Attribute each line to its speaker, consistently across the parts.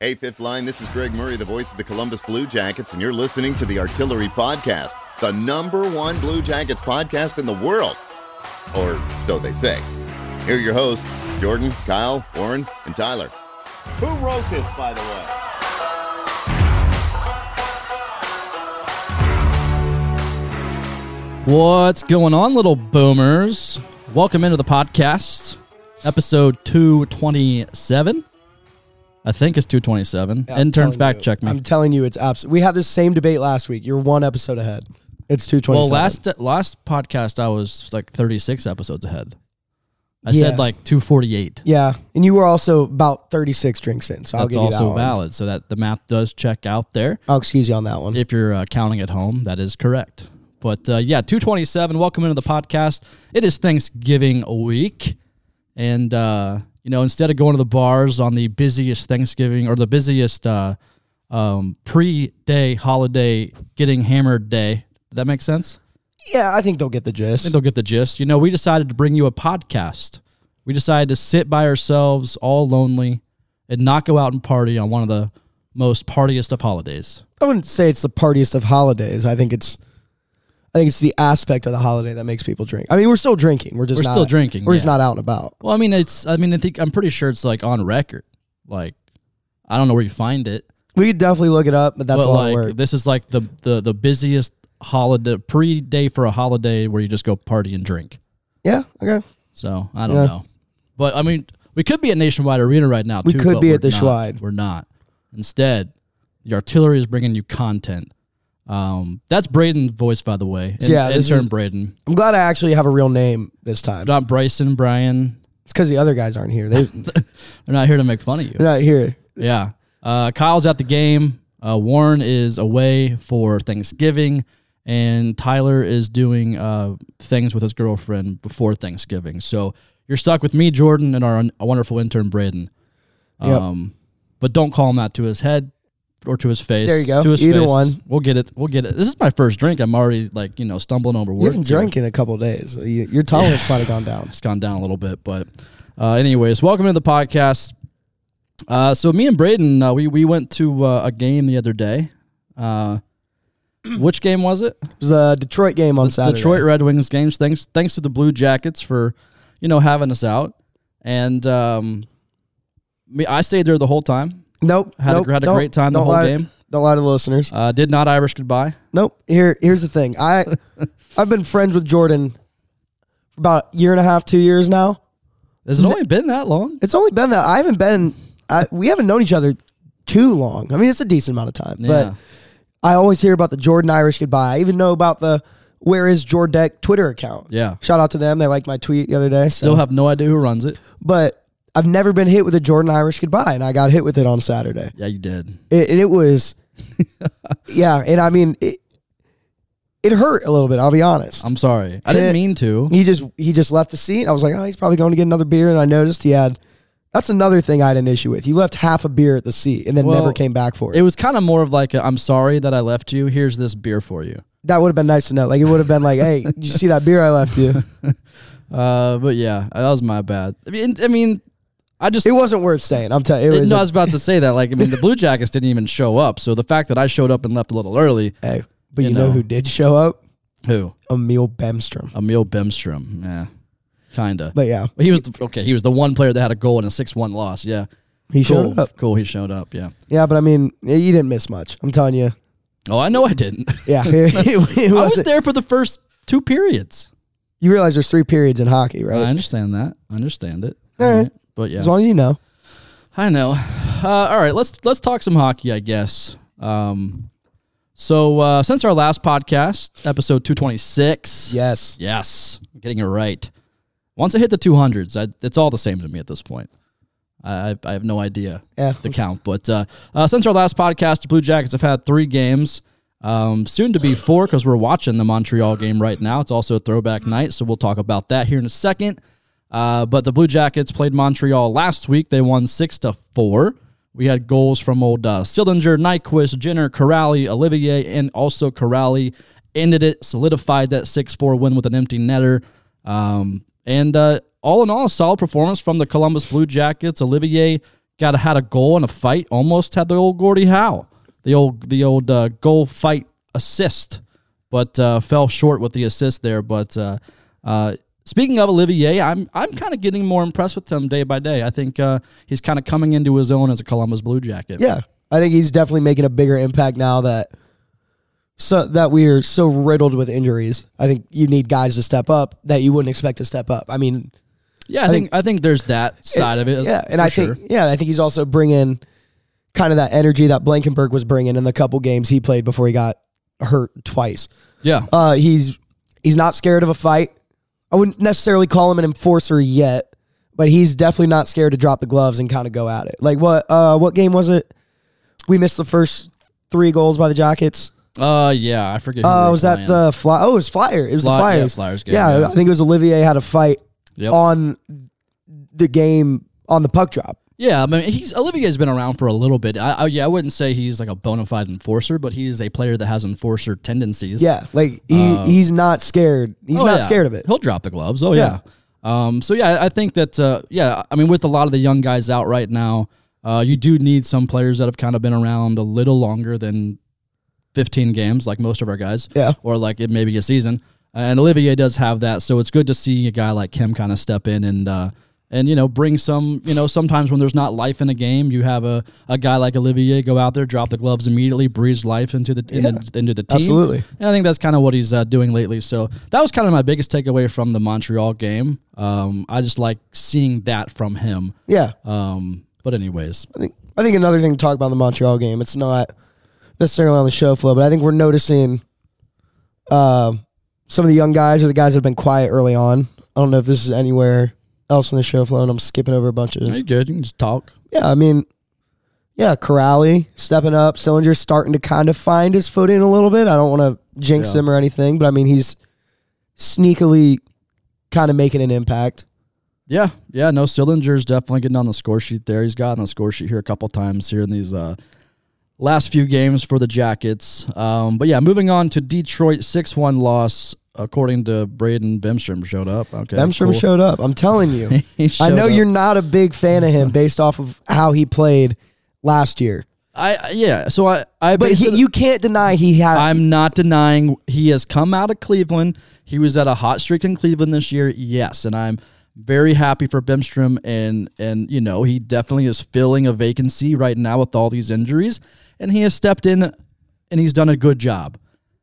Speaker 1: Hey, Fifth Line, this is Greg Murray, the voice of the Columbus Blue Jackets, and you're listening to the Artillery Podcast, the number one Blue Jackets podcast in the world. Or so they say. Here are your hosts, Jordan, Kyle, Warren, and Tyler. Who wrote this, by the way?
Speaker 2: What's going on, little boomers? Welcome into the podcast, episode 227. I think it's 227.
Speaker 3: Yeah, I'm
Speaker 2: Intern
Speaker 3: telling
Speaker 2: fact
Speaker 3: you.
Speaker 2: check me.
Speaker 3: I'm telling you, it's absolute. We had this same debate last week. You're one episode ahead. It's two twenty.
Speaker 2: well, last last podcast I was like 36 episodes ahead. I
Speaker 3: Yeah.
Speaker 2: said like 248.
Speaker 3: yeah, and you were also about thirty six drinks in. So I'll
Speaker 2: That's
Speaker 3: give you that
Speaker 2: also
Speaker 3: one.
Speaker 2: valid, so that the math does check out there.
Speaker 3: I'll excuse you on that one.
Speaker 2: If you're uh, counting at home, that is correct. But uh, yeah, 227. Welcome into the podcast. It is Thanksgiving week. And, uh, you know, instead of going to the bars on the busiest Thanksgiving or the busiest uh, um, pre day holiday getting hammered day, does that make sense?
Speaker 3: yeah, I think they'll get the
Speaker 2: I think
Speaker 3: gist.
Speaker 2: they'll get the gist. You know, we decided to bring you a podcast. We decided to sit by ourselves, all lonely, and not go out and party on one of the most partiest of holidays.
Speaker 3: I wouldn't say it's the partiest of holidays. I think it's, I think it's the aspect of the holiday that makes people drink. I mean, we're still drinking. We're just
Speaker 2: We're
Speaker 3: not,
Speaker 2: still drinking,
Speaker 3: We're just
Speaker 2: yeah.
Speaker 3: not out and about.
Speaker 2: Well, I mean, it's. I mean, I think I'm pretty sure it's like on record. Like, I don't know where you find it,
Speaker 3: We could definitely look it up, but that's
Speaker 2: but
Speaker 3: a lot
Speaker 2: like
Speaker 3: of work.
Speaker 2: this is like the the the busiest holiday pre day for a holiday where you just go party and drink.
Speaker 3: yeah. Okay.
Speaker 2: So I don't
Speaker 3: Yeah.
Speaker 2: know, but I mean, we could be at Nationwide Arena right now.
Speaker 3: We
Speaker 2: too,
Speaker 3: could
Speaker 2: but
Speaker 3: be
Speaker 2: we're
Speaker 3: at the
Speaker 2: not.
Speaker 3: Schwide.
Speaker 2: We're not. Instead, the artillery is bringing you content. Um, that's Braden's voice, by the way. In,
Speaker 3: Yeah, this
Speaker 2: intern
Speaker 3: is-
Speaker 2: Braden,
Speaker 3: I'm glad I actually have a real name this time.
Speaker 2: not Bryson, Brian.
Speaker 3: It's because the other guys aren't here. They, they're
Speaker 2: They're not here to make fun of you.
Speaker 3: not here.
Speaker 2: Yeah. Uh, Kyle's at the game. Uh, Warren is away for Thanksgiving, and Tyler is doing uh, things with his girlfriend before Thanksgiving. So you're stuck with me, Jordan, and our un- wonderful intern, Braden.
Speaker 3: Yep.
Speaker 2: Um, But don't call him that to his head or to his face.
Speaker 3: There you go.
Speaker 2: To his
Speaker 3: Either
Speaker 2: face.
Speaker 3: one.
Speaker 2: We'll get it. We'll get it. This is my first drink. I'm already like you know stumbling over words.
Speaker 3: You haven't
Speaker 2: here.
Speaker 3: drank in a couple days. You, your tolerance might have gone down.
Speaker 2: It's gone down a little bit, but uh, anyways, welcome to the podcast. Uh, so me and Braden, uh, we we went to uh, a game the other day. Uh, which game was it?
Speaker 3: It was the Detroit game on Saturday.
Speaker 2: Detroit Red Wings games. Thanks thanks to the Blue Jackets for you know having us out, and um, me I stayed there the whole time.
Speaker 3: Nope.
Speaker 2: Had a-
Speaker 3: nope,
Speaker 2: had a
Speaker 3: don't-
Speaker 2: great time the
Speaker 3: don't
Speaker 2: whole
Speaker 3: lie-
Speaker 2: game.
Speaker 3: Don't lie to the listeners.
Speaker 2: Uh, did not Irish goodbye.
Speaker 3: Nope. Here, here's the thing. I, I've been friends with Jordan for about a year and a half, two years now.
Speaker 2: Has it only been that long?
Speaker 3: It's only been that I haven't been. I, we haven't known each other too long. I mean, it's a decent amount of time,
Speaker 2: Yeah.
Speaker 3: but I always hear about the Jordan Irish goodbye. I even know about the Where is Jordeck Twitter account.
Speaker 2: Yeah.
Speaker 3: Shout out to them. They liked my tweet the other day. so-
Speaker 2: Still have no idea who runs it.
Speaker 3: but I've never been hit with a Jordan Irish goodbye, and I got hit with it on Saturday.
Speaker 2: Yeah, you did.
Speaker 3: It, and it was, yeah, and I mean, it, it hurt a little bit. I'll be honest.
Speaker 2: I'm sorry. I didn't
Speaker 3: Eh.
Speaker 2: mean to.
Speaker 3: he just he just left the seat. I was like, oh, he's probably going to get another beer, and I noticed he had. That's another thing I had an issue with. He left half a beer at the seat and then
Speaker 2: Well,
Speaker 3: never came back for it.
Speaker 2: It was kind of more of like, i I'm sorry that I left you. Here's this beer for you.
Speaker 3: that would have been nice to know. Like it would have been like, hey, did you see that beer I left you?
Speaker 2: Uh, but yeah, that was my bad. I mean, I mean, I just
Speaker 3: It wasn't worth saying. I'm telling you, it was.
Speaker 2: no,
Speaker 3: a-
Speaker 2: I was about to say that. Like, I mean, the Blue Jackets didn't even show up, so the fact that I showed up and left a little early,
Speaker 3: hey, but
Speaker 2: you
Speaker 3: you know,
Speaker 2: know.
Speaker 3: who did show up?
Speaker 2: who
Speaker 3: Emil Bemstrom.
Speaker 2: Emil Bemstrom, yeah, kinda.
Speaker 3: But yeah,
Speaker 2: But he was the, okay. He was the one player that had a goal in a six-one loss. Yeah,
Speaker 3: he
Speaker 2: cool,
Speaker 3: showed up.
Speaker 2: cool. He showed up. Yeah.
Speaker 3: Yeah, but I mean, you didn't miss much. I'm telling you.
Speaker 2: Oh, I know I didn't.
Speaker 3: Yeah, it,
Speaker 2: I
Speaker 3: it
Speaker 2: was
Speaker 3: wasn't-
Speaker 2: there for the first two periods.
Speaker 3: You realize there's three periods in hockey,
Speaker 2: I
Speaker 3: right?
Speaker 2: understand that. I understand it.
Speaker 3: All right.
Speaker 2: But yeah,
Speaker 3: As long as you know.
Speaker 2: I know. Uh, all right, let's let's talk some hockey, I guess. Um, so uh, since our last podcast, episode two twenty six,
Speaker 3: Yes.
Speaker 2: yes, I'm getting it right. Once I hit the two hundreds, it's all the same to me at this point. I I, I have no idea
Speaker 3: Yeah.
Speaker 2: the count, but uh, uh, since our last podcast, the Blue Jackets have had three games. Um, soon to be four because we're watching the Montreal game right now. It's also a throwback night, so we'll talk about that here in a second. Uh, but the Blue Jackets played Montreal last week. They won six to four. We had goals from old uh, Sillinger, Nyquist, Jenner, Corrali, Olivier, and also Corrali ended it, solidified that six four win with an empty netter. Um, and uh, all in all, a solid performance from the Columbus Blue Jackets. Olivier Got a, had a goal in a fight. Almost had the old Gordie Howe, the old the old uh, goal fight assist, but uh, fell short with the assist there. But uh, uh, speaking of Olivier, I'm I'm kind of getting more impressed with him day by day. I think uh, he's kind of coming into his own as a Columbus Blue Jacket.
Speaker 3: Yeah, I think he's definitely making a bigger impact now that so that we are so riddled with injuries. I think you need guys to step up that you wouldn't expect to step up. I mean,
Speaker 2: yeah. I, think, I think there's that side of it.
Speaker 3: yeah, and
Speaker 2: for
Speaker 3: I
Speaker 2: sure.
Speaker 3: think yeah, I think he's also bringing kind of that energy that Blankenberg was bringing in the couple games he played before he got hurt twice.
Speaker 2: yeah,
Speaker 3: Uh, he's he's not scared of a fight. I wouldn't necessarily call him an enforcer yet, but he's definitely not scared to drop the gloves and kind of go at it. Like what uh, what game was it? We missed the first three goals by the Jackets.
Speaker 2: uh, yeah. I forget. who we
Speaker 3: Uh,
Speaker 2: were
Speaker 3: was that
Speaker 2: playing.
Speaker 3: the fly? Oh, it was Flyer. It was
Speaker 2: Fly-
Speaker 3: the
Speaker 2: yeah,
Speaker 3: Flyers.
Speaker 2: Flyers game,
Speaker 3: Yeah,
Speaker 2: yeah.
Speaker 3: I think it was Olivier had a fight
Speaker 2: Yep.
Speaker 3: on the game on the puck drop.
Speaker 2: Yeah, I mean, he's Olivier's been around for a little bit. I, I yeah, I wouldn't say he's like a bona fide enforcer, but he's a player that has enforcer tendencies.
Speaker 3: Yeah, like he, he's not scared. He's
Speaker 2: Uh, Oh,
Speaker 3: not
Speaker 2: yeah.
Speaker 3: scared of it.
Speaker 2: He'll drop the gloves. Oh yeah. Um. So yeah, I- I think that uh, yeah, I mean, with a lot of the young guys out right now, uh, you do need some players that have kind of been around a little longer than fifteen games, like most of our guys.
Speaker 3: Yeah.
Speaker 2: Or like it maybe a season. And Olivier does have that, so it's good to see a guy like him kind of step in and. Uh, and you know, bring some. You know, sometimes when there's not life in a game, you have a, a guy like Olivier go out there, drop the gloves immediately, breathe life into the, in the into the team.
Speaker 3: Absolutely.
Speaker 2: And I think that's kind of what he's uh, doing lately. So that was kind of my biggest takeaway from the Montreal game. Um, I just like seeing that from him.
Speaker 3: Yeah,
Speaker 2: Um, but anyways,
Speaker 3: I think I think another thing to talk about in the Montreal game. It's not necessarily on the show flow, but I think we're noticing uh, some of the young guys or the guys that have been quiet early on. I don't know if this is anywhere else in the show flow, and I'm skipping over a bunch of.
Speaker 2: you good. You can just talk.
Speaker 3: Yeah, I mean, yeah, Corrali stepping up. Sillinger's starting to kind of find his footing a little bit. I don't want to jinx
Speaker 2: Yeah.
Speaker 3: him or anything, but I mean, he's sneakily kind of making an impact.
Speaker 2: Yeah, yeah. No, Sillinger's definitely getting on the score sheet there. He's gotten on the score sheet here a couple times here in these uh, last few games for the Jackets. Um, but yeah, moving on to Detroit six one loss. According to Braden, Bemstrom showed up. Okay,
Speaker 3: Bemstrom
Speaker 2: cool.
Speaker 3: showed up. I'm telling you.
Speaker 2: He
Speaker 3: I
Speaker 2: showed
Speaker 3: know
Speaker 2: up.
Speaker 3: you're not a big fan of him based off of how he played last year,
Speaker 2: I I- yeah. So I I
Speaker 3: but he,
Speaker 2: basically-
Speaker 3: you can't deny he had.
Speaker 2: I'm not denying he has come out of Cleveland. He was at a hot streak in Cleveland this year, yes, and I'm very happy for Bemstrom and and you know he definitely is filling a vacancy right now with all these injuries, and he has stepped in and he's done a good job.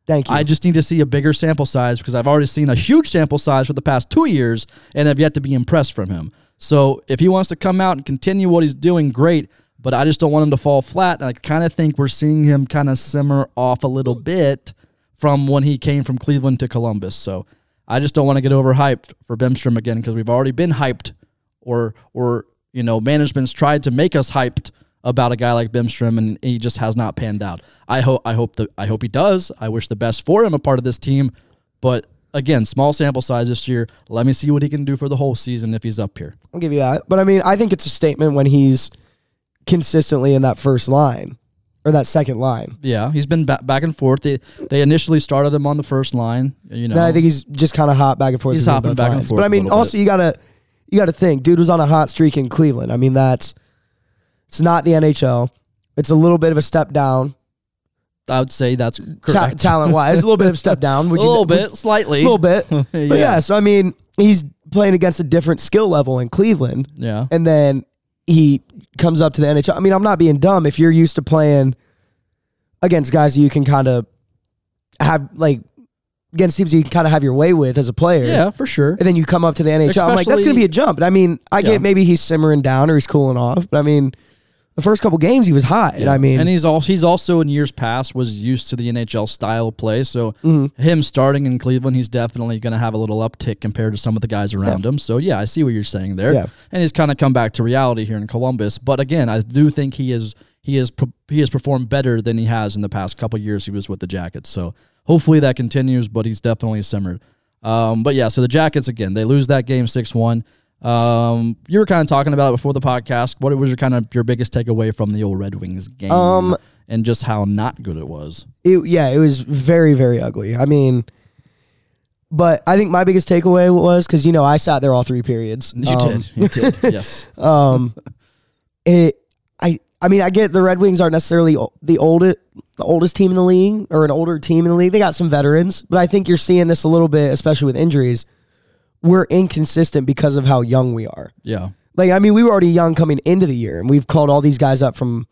Speaker 3: thank you.
Speaker 2: I just need to see a bigger sample size because I've already seen a huge sample size for the past two years and have yet to be impressed from him. So if he wants to come out and continue what he's doing, great. But I just don't want him to fall flat. And I kind of think we're seeing him kind of simmer off a little bit from when he came from Cleveland to Columbus. So I just don't want to get overhyped for Bemstrom again because we've already been hyped or or you know management's tried to make us hyped about a guy like Bimstrom and he just has not panned out. I hope I hope that I hope he does. I wish the best for him a part of this team, but again, small sample size this year. Let me see what he can do for the whole season if he's up here.
Speaker 3: I'll give you that. But I mean, I think it's a statement when he's consistently in that first line or that second line.
Speaker 2: Yeah, he's been ba- back and forth. They, they initially started him on the first line, you know.
Speaker 3: Then I think he's just kind of hot back and forth.
Speaker 2: He's
Speaker 3: between
Speaker 2: hopping
Speaker 3: both
Speaker 2: back and
Speaker 3: lines.
Speaker 2: forth
Speaker 3: But I
Speaker 2: a
Speaker 3: mean,
Speaker 2: little
Speaker 3: also you gotta you gotta think, dude was on a hot streak in Cleveland. I mean, that's it's not the NHL. It's a little bit of a step down,
Speaker 2: I would say that's
Speaker 3: ta-
Speaker 2: correct.
Speaker 3: talent wise. A little bit of a step down.
Speaker 2: a
Speaker 3: Would you-
Speaker 2: little
Speaker 3: would-
Speaker 2: bit, slightly.
Speaker 3: a little bit. But
Speaker 2: Yeah.
Speaker 3: yeah. so I mean, he's playing against a different skill level in Cleveland,
Speaker 2: Yeah.
Speaker 3: and then he comes up to the NHL. I mean, I'm not being dumb. If you're used to playing against guys that you can kind of have like against teams that you can kind of have your way with as a player,
Speaker 2: Yeah, for sure.
Speaker 3: and then you come up to the NHL. I'm like, that's going to
Speaker 2: Especially-
Speaker 3: be a jump. And I mean, I
Speaker 2: Yeah.
Speaker 3: get maybe he's simmering down or he's cooling off, but I mean, the first couple games he was hot. And I mean,
Speaker 2: and he's also he's also in years past was used to the NHL style of play. So
Speaker 3: Mm-hmm.
Speaker 2: him starting in Cleveland, he's definitely going to have a little uptick compared to some of the guys around him. So yeah, I see what you're saying there.
Speaker 3: Yeah.
Speaker 2: and he's kind of come back to reality here in Columbus. But again, I do think he is he is per- he has performed better than he has in the past couple years he was with the Jackets. So hopefully that continues. But he's definitely simmered. Um, but yeah, so the Jackets again, they lose that game six one. Um, you were kind of talking about it before the podcast. What was your kind of your biggest takeaway from the old Red Wings game,
Speaker 3: Um,
Speaker 2: and just how not good it was?
Speaker 3: it, yeah, it was very, very ugly. I mean, but I think my biggest takeaway was because, Um, you know, I sat there all three periods. Um,
Speaker 2: you did, you did, yes,
Speaker 3: Um, it, I mean, I get the Red Wings aren't necessarily o- the oldest, the oldest team in the league or an older team in the league. They got some veterans, but I think you're seeing this a little bit, especially with injuries. We're inconsistent because of how young we are.
Speaker 2: Yeah.
Speaker 3: Like, I mean, we were already young coming into the year, and we've called all these guys up from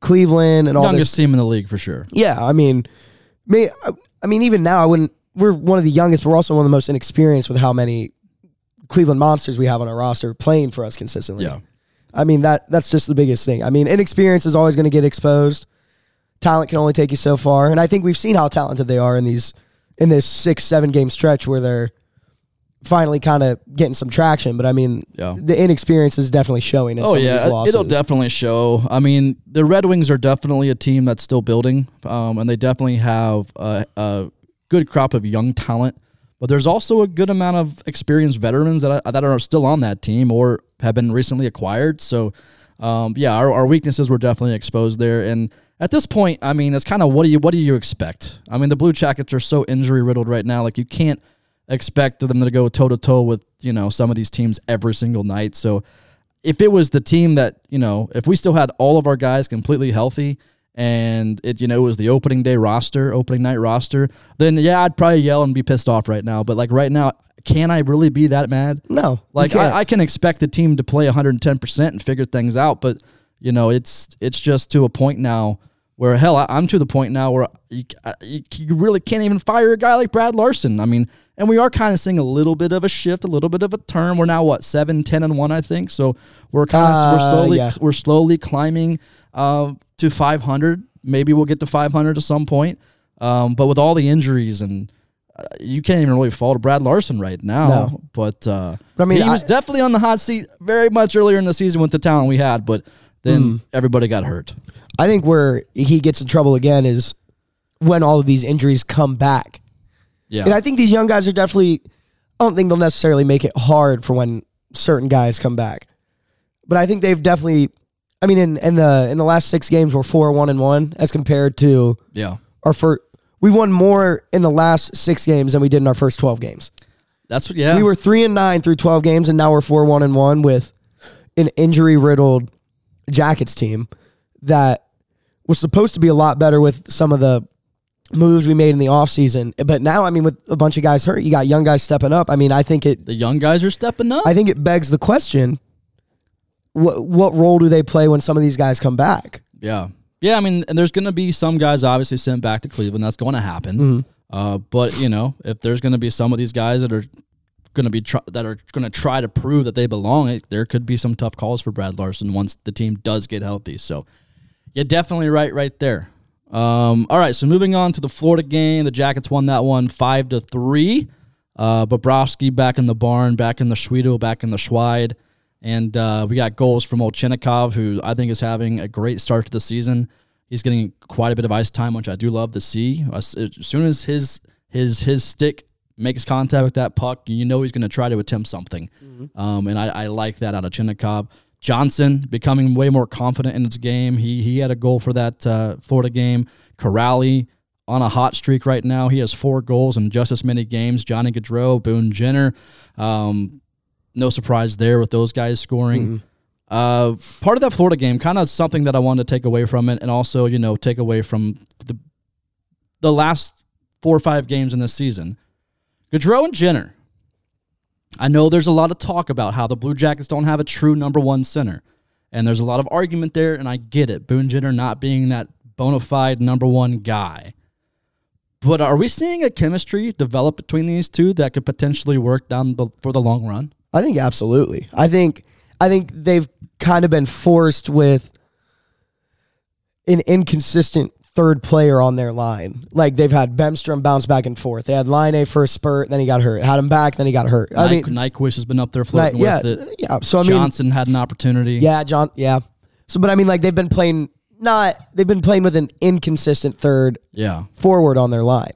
Speaker 3: Cleveland and all
Speaker 2: Youngest
Speaker 3: this.
Speaker 2: team in the league for sure.
Speaker 3: Yeah, I mean, may, I- I mean, even now, I wouldn't. We're one of the youngest. We're also one of the most inexperienced with how many Cleveland monsters we have on our roster playing for us consistently.
Speaker 2: Yeah.
Speaker 3: I mean that that's just the biggest thing. I mean, inexperience is always going to get exposed. Talent can only take you so far, and I think we've seen how talented they are in these in this six seven game stretch where they're finally kind of getting some traction. But I mean,
Speaker 2: Yeah.
Speaker 3: the inexperience is definitely showing. In
Speaker 2: Oh
Speaker 3: some of
Speaker 2: yeah,
Speaker 3: these losses.
Speaker 2: it'll definitely show. I mean, the Red Wings are definitely a team that's still building, um, and they definitely have a, a good crop of young talent. But there's also a good amount of experienced veterans that I, that are still on that team or have been recently acquired. So, um, yeah, our, our weaknesses were definitely exposed there. And at this point, I mean, it's kind of what do you what do you expect? I mean, the Blue Jackets are so injury riddled right now. Like you can't expect them to go toe to toe with you know some of these teams every single night. So if it was the team that you know if we still had all of our guys completely healthy and it you know was the opening day roster opening night roster then yeah i'd probably yell and be pissed off right now but like right now can i really be that mad
Speaker 3: no. you
Speaker 2: like
Speaker 3: can't.
Speaker 2: I, I can expect the team to play 110% and figure things out but you know it's it's just to a point now where hell I, i'm to the point now where you, I- you, you really can't even fire a guy like brad larson i mean and we are kind of seeing a little bit of a shift a little bit of a turn we're now what 7 10 and 1 i think so we're kind of we're
Speaker 3: Uh,
Speaker 2: slowly
Speaker 3: yeah.
Speaker 2: we're slowly climbing uh, to 500 maybe we'll get to 500 at some point um, but with all the injuries and uh, you can't even really fault Brad Larson right now,
Speaker 3: No.
Speaker 2: but uh,
Speaker 3: But, I mean,
Speaker 2: he was
Speaker 3: I-
Speaker 2: definitely on the hot seat very much earlier in the season with the talent we had, but
Speaker 3: Hmm.
Speaker 2: then everybody got hurt.
Speaker 3: I think where he gets in trouble again is when all of these injuries come back.
Speaker 2: Yeah,
Speaker 3: And I think these young guys are definitely. I don't think they'll necessarily make it hard for when certain guys come back, but I think they've definitely. I mean, in, in the in the last six games, we're four one and one as compared to
Speaker 2: yeah,
Speaker 3: our first. We won more in the last six games than we did in our first twelve games.
Speaker 2: that's what. Yeah,
Speaker 3: We were three and nine through twelve games, and now we're four one and one with an injury riddled Jackets team that was supposed to be a lot better with some of the moves we made in the offseason. But now, I mean, with a bunch of guys hurt, you got young guys stepping up. I mean, I think it
Speaker 2: the young guys are stepping up.
Speaker 3: I think it begs the question: what what role do they play when some of these guys come back?
Speaker 2: yeah, yeah. I mean, and there's going to be some guys obviously sent back to Cleveland. That's going to happen.
Speaker 3: Mm-hmm.
Speaker 2: Uh, but you know, if there's going to be some of these guys that are going to be tr- that are going to try to prove that they belong, it, there could be some tough calls for Brad Larson once the team does get healthy. So You're definitely right, right there. Um, all right, so moving on to the Florida game, the Jackets won that one five to three. Uh, Bobrovsky back in the barn, back in the Schwedo, back in the Schwide, and uh, we got goals from Olchenikov, who I think is having a great start to the season. He's getting quite a bit of ice time, which I do love to see. As, as soon as his his his stick makes contact with that puck, you know he's going to try to attempt something. Um, and I, I like that out of Chinnikov. Johnson becoming way more confident in his game. He he had a goal for that uh, Florida game. Corrali on a hot streak right now. He has four goals in just as many games. Johnny Gaudreau, Boone Jenner. Um, no surprise there with those guys scoring. Uh, part of that Florida game, kind of something that I wanted to take away from it, and also you know take away from the the last four or five games in this season. Gaudreau and Jenner. I know there's a lot of talk about how the Blue Jackets don't have a true number one center, and there's a lot of argument there, and I get it. Boone Jenner not being that bona fide number one guy. But are we seeing a chemistry develop between these two that could potentially work down the, for the long run?
Speaker 3: I think absolutely. I think I think they've kind of been forced with an inconsistent third player on their line. Like they've had Bemstrom bounce back and forth. They had Line A for a spurt, then he got hurt. Had him back, then he got hurt. I mean,
Speaker 2: Nyquist has been up there
Speaker 3: like,
Speaker 2: flirting
Speaker 3: yeah,
Speaker 2: with it.
Speaker 3: yeah. So I mean,
Speaker 2: Johnson had an opportunity.
Speaker 3: yeah, John, yeah. So, but I mean, like they've been playing not they've been playing with an inconsistent third
Speaker 2: yeah,
Speaker 3: forward on their line.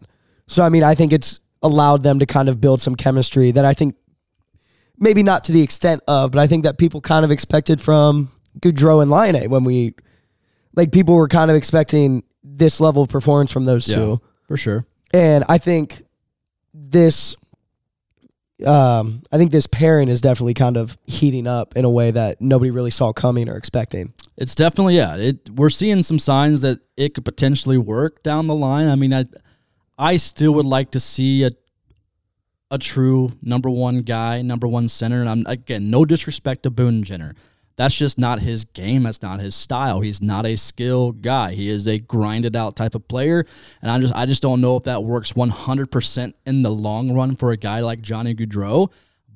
Speaker 3: So I mean, I think it's allowed them to kind of build some chemistry that I think maybe not to the extent of, but I think that people kind of expected from Goudreau and Line when we like people were kind of expecting this level of performance from those
Speaker 2: yeah,
Speaker 3: two.
Speaker 2: for sure.
Speaker 3: And I think this um I think this pairing is definitely kind of heating up in a way that nobody really saw coming or expecting.
Speaker 2: It's definitely yeah. It we're seeing some signs that it could potentially work down the line. I mean, I I still would like to see a a true number one guy, number one center. And I'm again, no disrespect to Boone Jenner. That's just not his game. That's not his style. He's not a skill guy. He is a grinded out type of player. And I just I just don't know if that works 100% in the long run for a guy like Johnny Goudreau.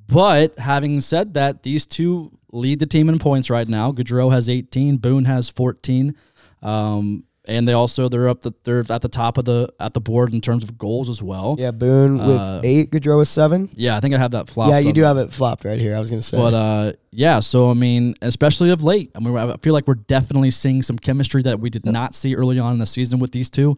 Speaker 2: But having said that, these two lead the team in points right now. Gaudreau has 18, Boone has 14, um, and they also they're up the they're at the top of the at the board in terms of goals as well.
Speaker 3: Yeah, Boone
Speaker 2: Uh,
Speaker 3: with eight, Gaudreau with seven.
Speaker 2: Yeah, I think I have that flop.
Speaker 3: Yeah, you do have it flopped right here. I was gonna say.
Speaker 2: But uh, yeah, so I mean, especially of late, I mean, I feel like we're definitely seeing some chemistry that we did not see early on in the season with these two,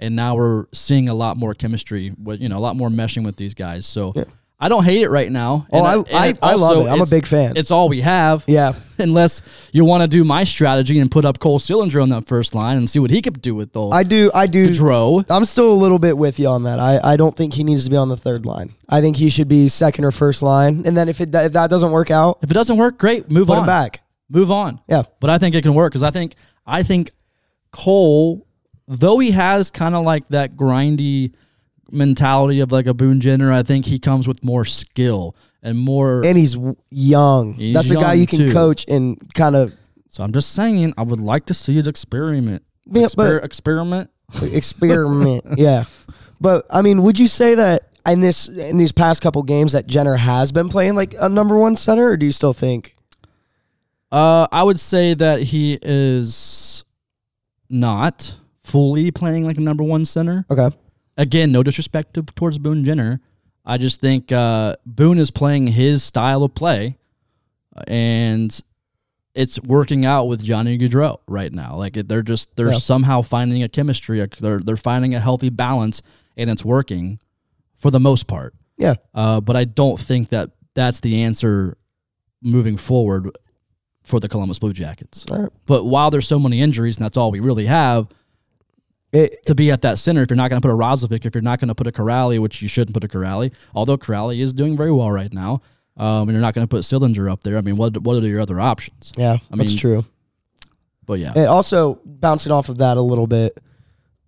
Speaker 2: and now we're seeing a lot more chemistry with you know a lot more meshing with these guys. So I don't hate it right now.
Speaker 3: Oh, I-
Speaker 2: and
Speaker 3: I-
Speaker 2: and
Speaker 3: I love
Speaker 2: also-
Speaker 3: it. I'm a
Speaker 2: it's-
Speaker 3: big fan.
Speaker 2: It's all we have.
Speaker 3: yeah,
Speaker 2: Unless you want to do my strategy and put up Cole Sillinger on that first line and see what he could do with the
Speaker 3: I do. I do.
Speaker 2: Gaudreau.
Speaker 3: I'm still a little bit with you on that. I, I don't think he needs to be on the third line. I think he should be second or first line. And then if it if that doesn't work out,
Speaker 2: If it doesn't work, great. Move
Speaker 3: put
Speaker 2: on.
Speaker 3: him back.
Speaker 2: Move on.
Speaker 3: Yeah.
Speaker 2: But I think it can work because I think I think Cole, though he has kind of like that grindy mentality of like a Boone Jenner, I think he comes with more skill and more.
Speaker 3: And he's w- young.
Speaker 2: He's
Speaker 3: That's a guy
Speaker 2: young,
Speaker 3: you can
Speaker 2: too.
Speaker 3: coach and kind of
Speaker 2: so I'm just saying, I would like to see an experiment.
Speaker 3: Yeah, but-
Speaker 2: Exper- experiment.
Speaker 3: experiment. yeah. But I mean, would you say that in this in these past couple games that Jenner has been playing like a number one center, or do you still think?
Speaker 2: Uh, I would say that he is not fully playing like a number one center.
Speaker 3: Okay.
Speaker 2: Again, no disrespect to, towards Boone Jenner. I just think uh, Boone is playing his style of play, uh, and it's working out with Johnny Gaudreau right now. Like it- they're just they're
Speaker 3: Yeah.
Speaker 2: somehow finding a chemistry. like, They're they're finding a healthy balance, and it's working for the most part.
Speaker 3: Yeah.
Speaker 2: Uh, but I don't think that that's the answer moving forward for the Columbus Blue Jackets.
Speaker 3: All right.
Speaker 2: But while there's so many injuries, and that's all we really have
Speaker 3: It,
Speaker 2: to be at that center, if you're not going to put a Rozovic, if you're not going to put a Corrali, which you shouldn't put a Corrali, although Corrali is doing very well right now, um, and you're not going to put Sillinger up there. I mean, what what are your other options?
Speaker 3: yeah.
Speaker 2: I
Speaker 3: that's
Speaker 2: mean-
Speaker 3: true.
Speaker 2: But yeah,
Speaker 3: And also bouncing off of that a little bit,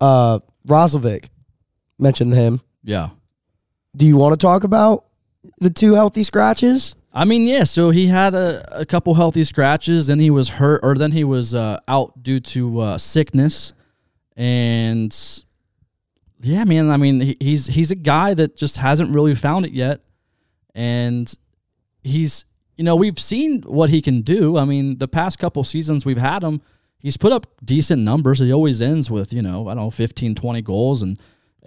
Speaker 3: uh, Roslovic mentioned him.
Speaker 2: yeah.
Speaker 3: Do you want to talk about the two healthy scratches?
Speaker 2: I mean, yeah. So he had a, a couple healthy scratches, then he was hurt, or then he was uh, out due to uh, sickness, and yeah, man. I mean, he, he's he's a guy that just hasn't really found it yet, and he's you know we've seen what he can do. I mean, the past couple seasons we've had him, he's put up decent numbers. He always ends with you know I don't know 15, 20 goals and.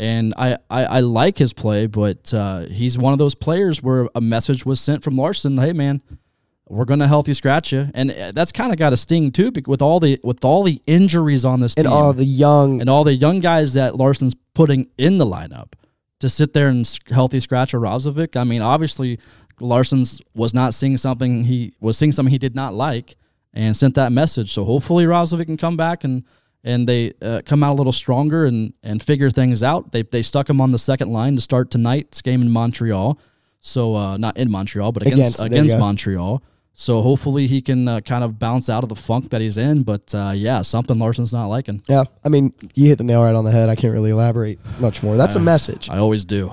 Speaker 2: And I, I, I like his play, but uh, he's one of those players where a message was sent from Larson, hey man, we're gonna healthy scratch you, and uh, that's kind of got a sting too, bec- with all the with all the injuries on this
Speaker 3: And
Speaker 2: team
Speaker 3: all the young.
Speaker 2: and all the young guys that Larson's putting in the lineup to sit there and s- healthy scratch a Rozovic. I mean, obviously, Larson's was not seeing something he was seeing something he did not like and sent that message. So hopefully, Rozovic can come back and and they uh, come out a little stronger and and figure things out. They they stuck him on the second line to start tonight's game in Montreal. So uh, not in Montreal, but
Speaker 3: Against,
Speaker 2: against
Speaker 3: there you
Speaker 2: against
Speaker 3: go.
Speaker 2: Montreal. So hopefully he can uh, kind of bounce out of the funk that he's in. But uh, yeah, something Larson's not liking.
Speaker 3: yeah. I mean, you hit the nail right on the head. I can't really elaborate much more.
Speaker 2: Uh,
Speaker 3: That's a message. I
Speaker 2: I always do.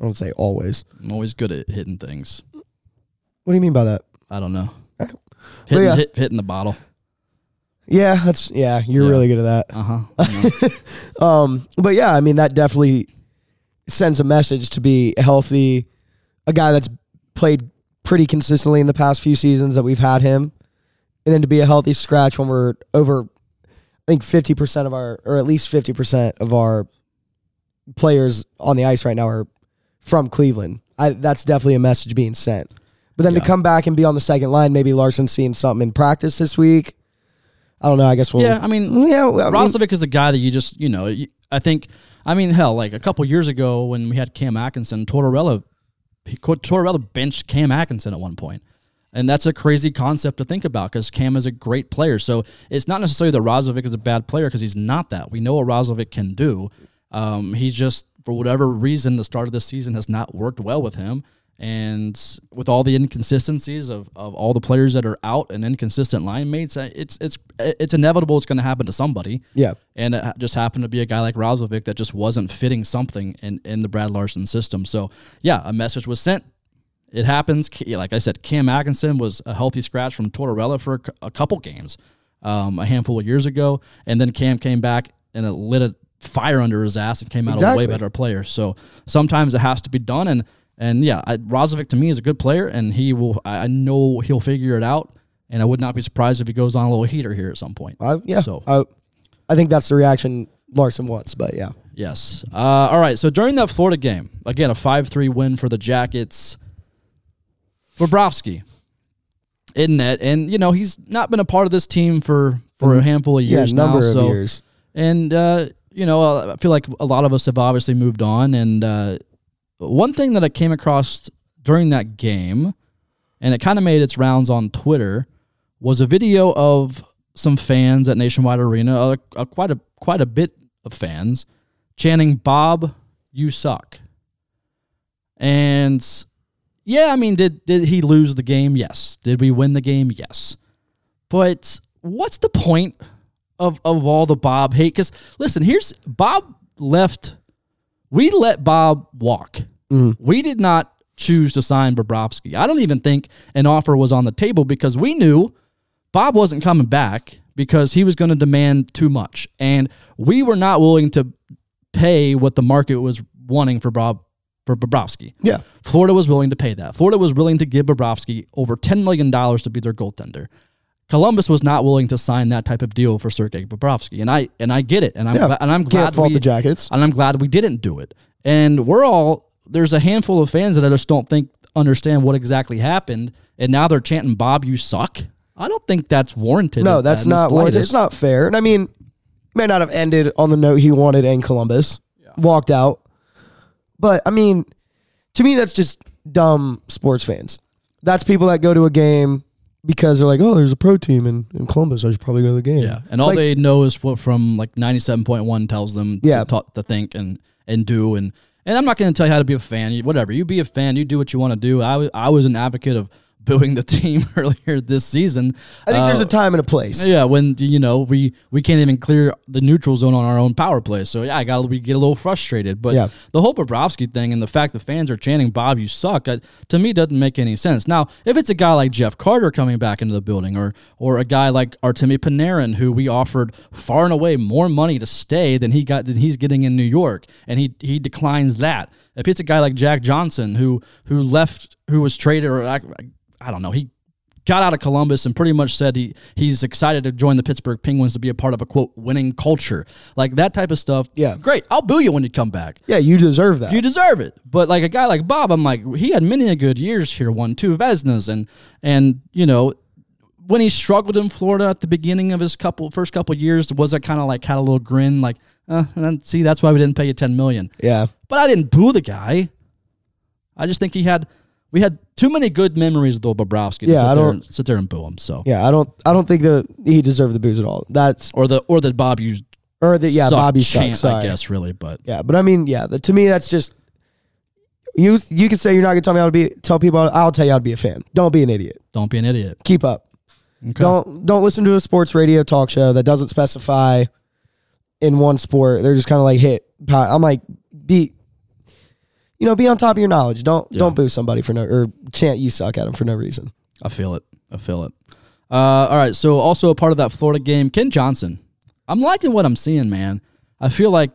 Speaker 3: don't say always.
Speaker 2: I'm always good at hitting things.
Speaker 3: What do you mean by that?
Speaker 2: I don't know. Hitting,
Speaker 3: yeah.
Speaker 2: hit, hitting the bottle.
Speaker 3: Yeah, that's yeah, you're
Speaker 2: Yeah.
Speaker 3: really good at
Speaker 2: Uh huh. I know.
Speaker 3: that. Um, but yeah, I mean that definitely sends a message to be healthy, a guy that's played pretty consistently in the past few seasons that we've had him. And then to be a healthy scratch when we're over I think 50% of our or at least 50% of our players on the ice right now are from Cleveland. I that's definitely a message being sent. But then
Speaker 2: Yeah.
Speaker 3: to come back and be on the second line, maybe Larson seeing something in practice this week. I don't know. I guess we'll
Speaker 2: yeah, I mean,
Speaker 3: Yeah, well, I mean,
Speaker 2: Roslovic is a guy that you just, you know, you- I think, I mean, hell, like a couple years ago when we had Cam Atkinson, Tortorella, he, Tortorella benched Cam Atkinson at one point. And that's a crazy concept to think about because Cam is a great player. So it's not necessarily that Roslovic is a bad player because he's not that. We know what Roslovic can do. Um, he's just, for whatever reason, the start of the season has not worked well with him. And with all the inconsistencies of, of all the players that are out and inconsistent line mates, uh, it's it's it's inevitable. It's going to happen to somebody.
Speaker 3: Yeah.
Speaker 2: And it ha- just happened to be a guy like Rozovic that just wasn't fitting something in, in the Brad Larson system. So, yeah, a message was sent. It happens. K- Like I said, Cam Atkinson was a healthy scratch from Tortorella for a cou- a couple games um, a handful of years ago. And then Cam came back and it lit a fire under his ass and came out a way
Speaker 3: Exactly.
Speaker 2: better player. So sometimes it has to be done. And, and yeah, I, Rozovic to me is a good player and he will, I I know he'll figure it out. And I would not be surprised if he goes on a little heater here at some point.
Speaker 3: I, yeah.
Speaker 2: So-
Speaker 3: I, I think that's the reaction Larson wants, but yeah.
Speaker 2: Yes. Uh, all right. So during that Florida game, again, a 5 3 win for the Jackets. Bobrovsky in net. And, you know, he's not been a part of this team for, for a handful of years
Speaker 3: yeah, number
Speaker 2: now.
Speaker 3: of
Speaker 2: so,
Speaker 3: years.
Speaker 2: And, uh, you know, uh, I feel like a lot of us have obviously moved on. And uh, one thing that I came across during that game, and it kind of made its rounds on Twitter, was a video of some fans at Nationwide Arena, uh, uh, quite a quite a bit of fans, chanting "Bob, you suck." And yeah, I mean, did did he lose the game? Yes. Did we win the game? Yes. But what's the point of of all the Bob hate? Because listen, here's Bob left. We let Bob walk. We did not choose to sign Bobrovsky. I don't even think an offer was on the table because we knew Bob wasn't coming back because he was going to demand too much, and we were not willing to pay what the market was wanting for Bob for Bobrovsky.
Speaker 3: Yeah.
Speaker 2: Florida was willing to pay that. Florida was willing to give Bobrovsky over $10 million to be their goaltender. Columbus was not willing to sign that type of deal for Sergei Bobrovsky. And I and I get it. And I'm
Speaker 3: Yeah.
Speaker 2: gla- and I'm
Speaker 3: Can't
Speaker 2: glad
Speaker 3: fault
Speaker 2: we,
Speaker 3: the Jackets.
Speaker 2: And I'm glad we didn't do it. And we're all there's a handful of fans that I just don't think understand what exactly happened. And now they're chanting Bob, you suck. I don't think that's warranted.
Speaker 3: No,
Speaker 2: in-
Speaker 3: that's
Speaker 2: in the
Speaker 3: not warranted. It's
Speaker 2: slightest.
Speaker 3: not fair. And I mean, may not have ended on the note he wanted and Columbus walked out. But I mean, to me, that's just dumb sports fans. That's people that go to a game because they're like, oh, there's a pro team in, in Columbus. I should probably go to the game.
Speaker 2: Yeah, and all
Speaker 3: Like,
Speaker 2: they know is what from like ninety seven point one tells them
Speaker 3: Yeah.
Speaker 2: to, ta- to think and and do and and I'm not going to tell you how to be a fan. You, whatever you be a fan, you do what you want to do. I wa- I was an advocate of booing the team earlier this season.
Speaker 3: I think there's
Speaker 2: Uh,
Speaker 3: a time and a place.
Speaker 2: yeah, when you know we we can't even clear the neutral zone on our own power play. So yeah, I got we get a little frustrated. But
Speaker 3: Yeah.
Speaker 2: the whole Bobrovsky thing and the fact the fans are chanting "Bob, you suck" uh, to me doesn't make any sense. Now, if it's a guy like Jeff Carter coming back into the building, or or a guy like Artemi Panarin, who we offered far and away more money to stay than he got than he's getting in New York, and he he declines that. If it's a guy like Jack Johnson, who who left, who was traded, or I, I don't know, he got out of Columbus and pretty much said he he's excited to join the Pittsburgh Penguins to be a part of a quote winning culture. Like that type of stuff.
Speaker 3: Yeah.
Speaker 2: Great. I'll boo you when you come back.
Speaker 3: Yeah, you deserve that.
Speaker 2: You deserve it. But like a guy like Bob, I'm like, he had many a good years here, won two Vesnas and and you know, when he struggled in Florida at the beginning of his couple first couple years, was I kind of like had a little grin, like, uh, and then, see, that's why we didn't pay you ten million.
Speaker 3: yeah.
Speaker 2: But I didn't boo the guy. I just think he had we had too many good memories of Bill Bobrovsky to
Speaker 3: Yeah,
Speaker 2: sit,
Speaker 3: I
Speaker 2: there
Speaker 3: don't-
Speaker 2: and, sit there and boo him. So
Speaker 3: Yeah, I don't I don't think that he deserved the booze at all. That's
Speaker 2: or the or the Bob you
Speaker 3: or that yeah,
Speaker 2: suck
Speaker 3: Bobby
Speaker 2: chant,
Speaker 3: sucks. Sorry.
Speaker 2: I guess really, but
Speaker 3: Yeah, but I mean, yeah, the, to me that's just you you can say you're not gonna tell me how to be tell people how- I'll tell you how to be a fan. Don't be an idiot.
Speaker 2: don't be an idiot.
Speaker 3: Keep up. Don't don't listen to a sports radio talk show that doesn't specify in one sport. They're just kinda like hit po- I'm like be you know, be on top of your knowledge. Don't don't boo somebody for no or chant you suck at them for no reason.
Speaker 2: I feel it. I feel it. Uh, all right. So also a part of that Florida game, Ken Johnson. I'm liking what I'm seeing, man. I feel like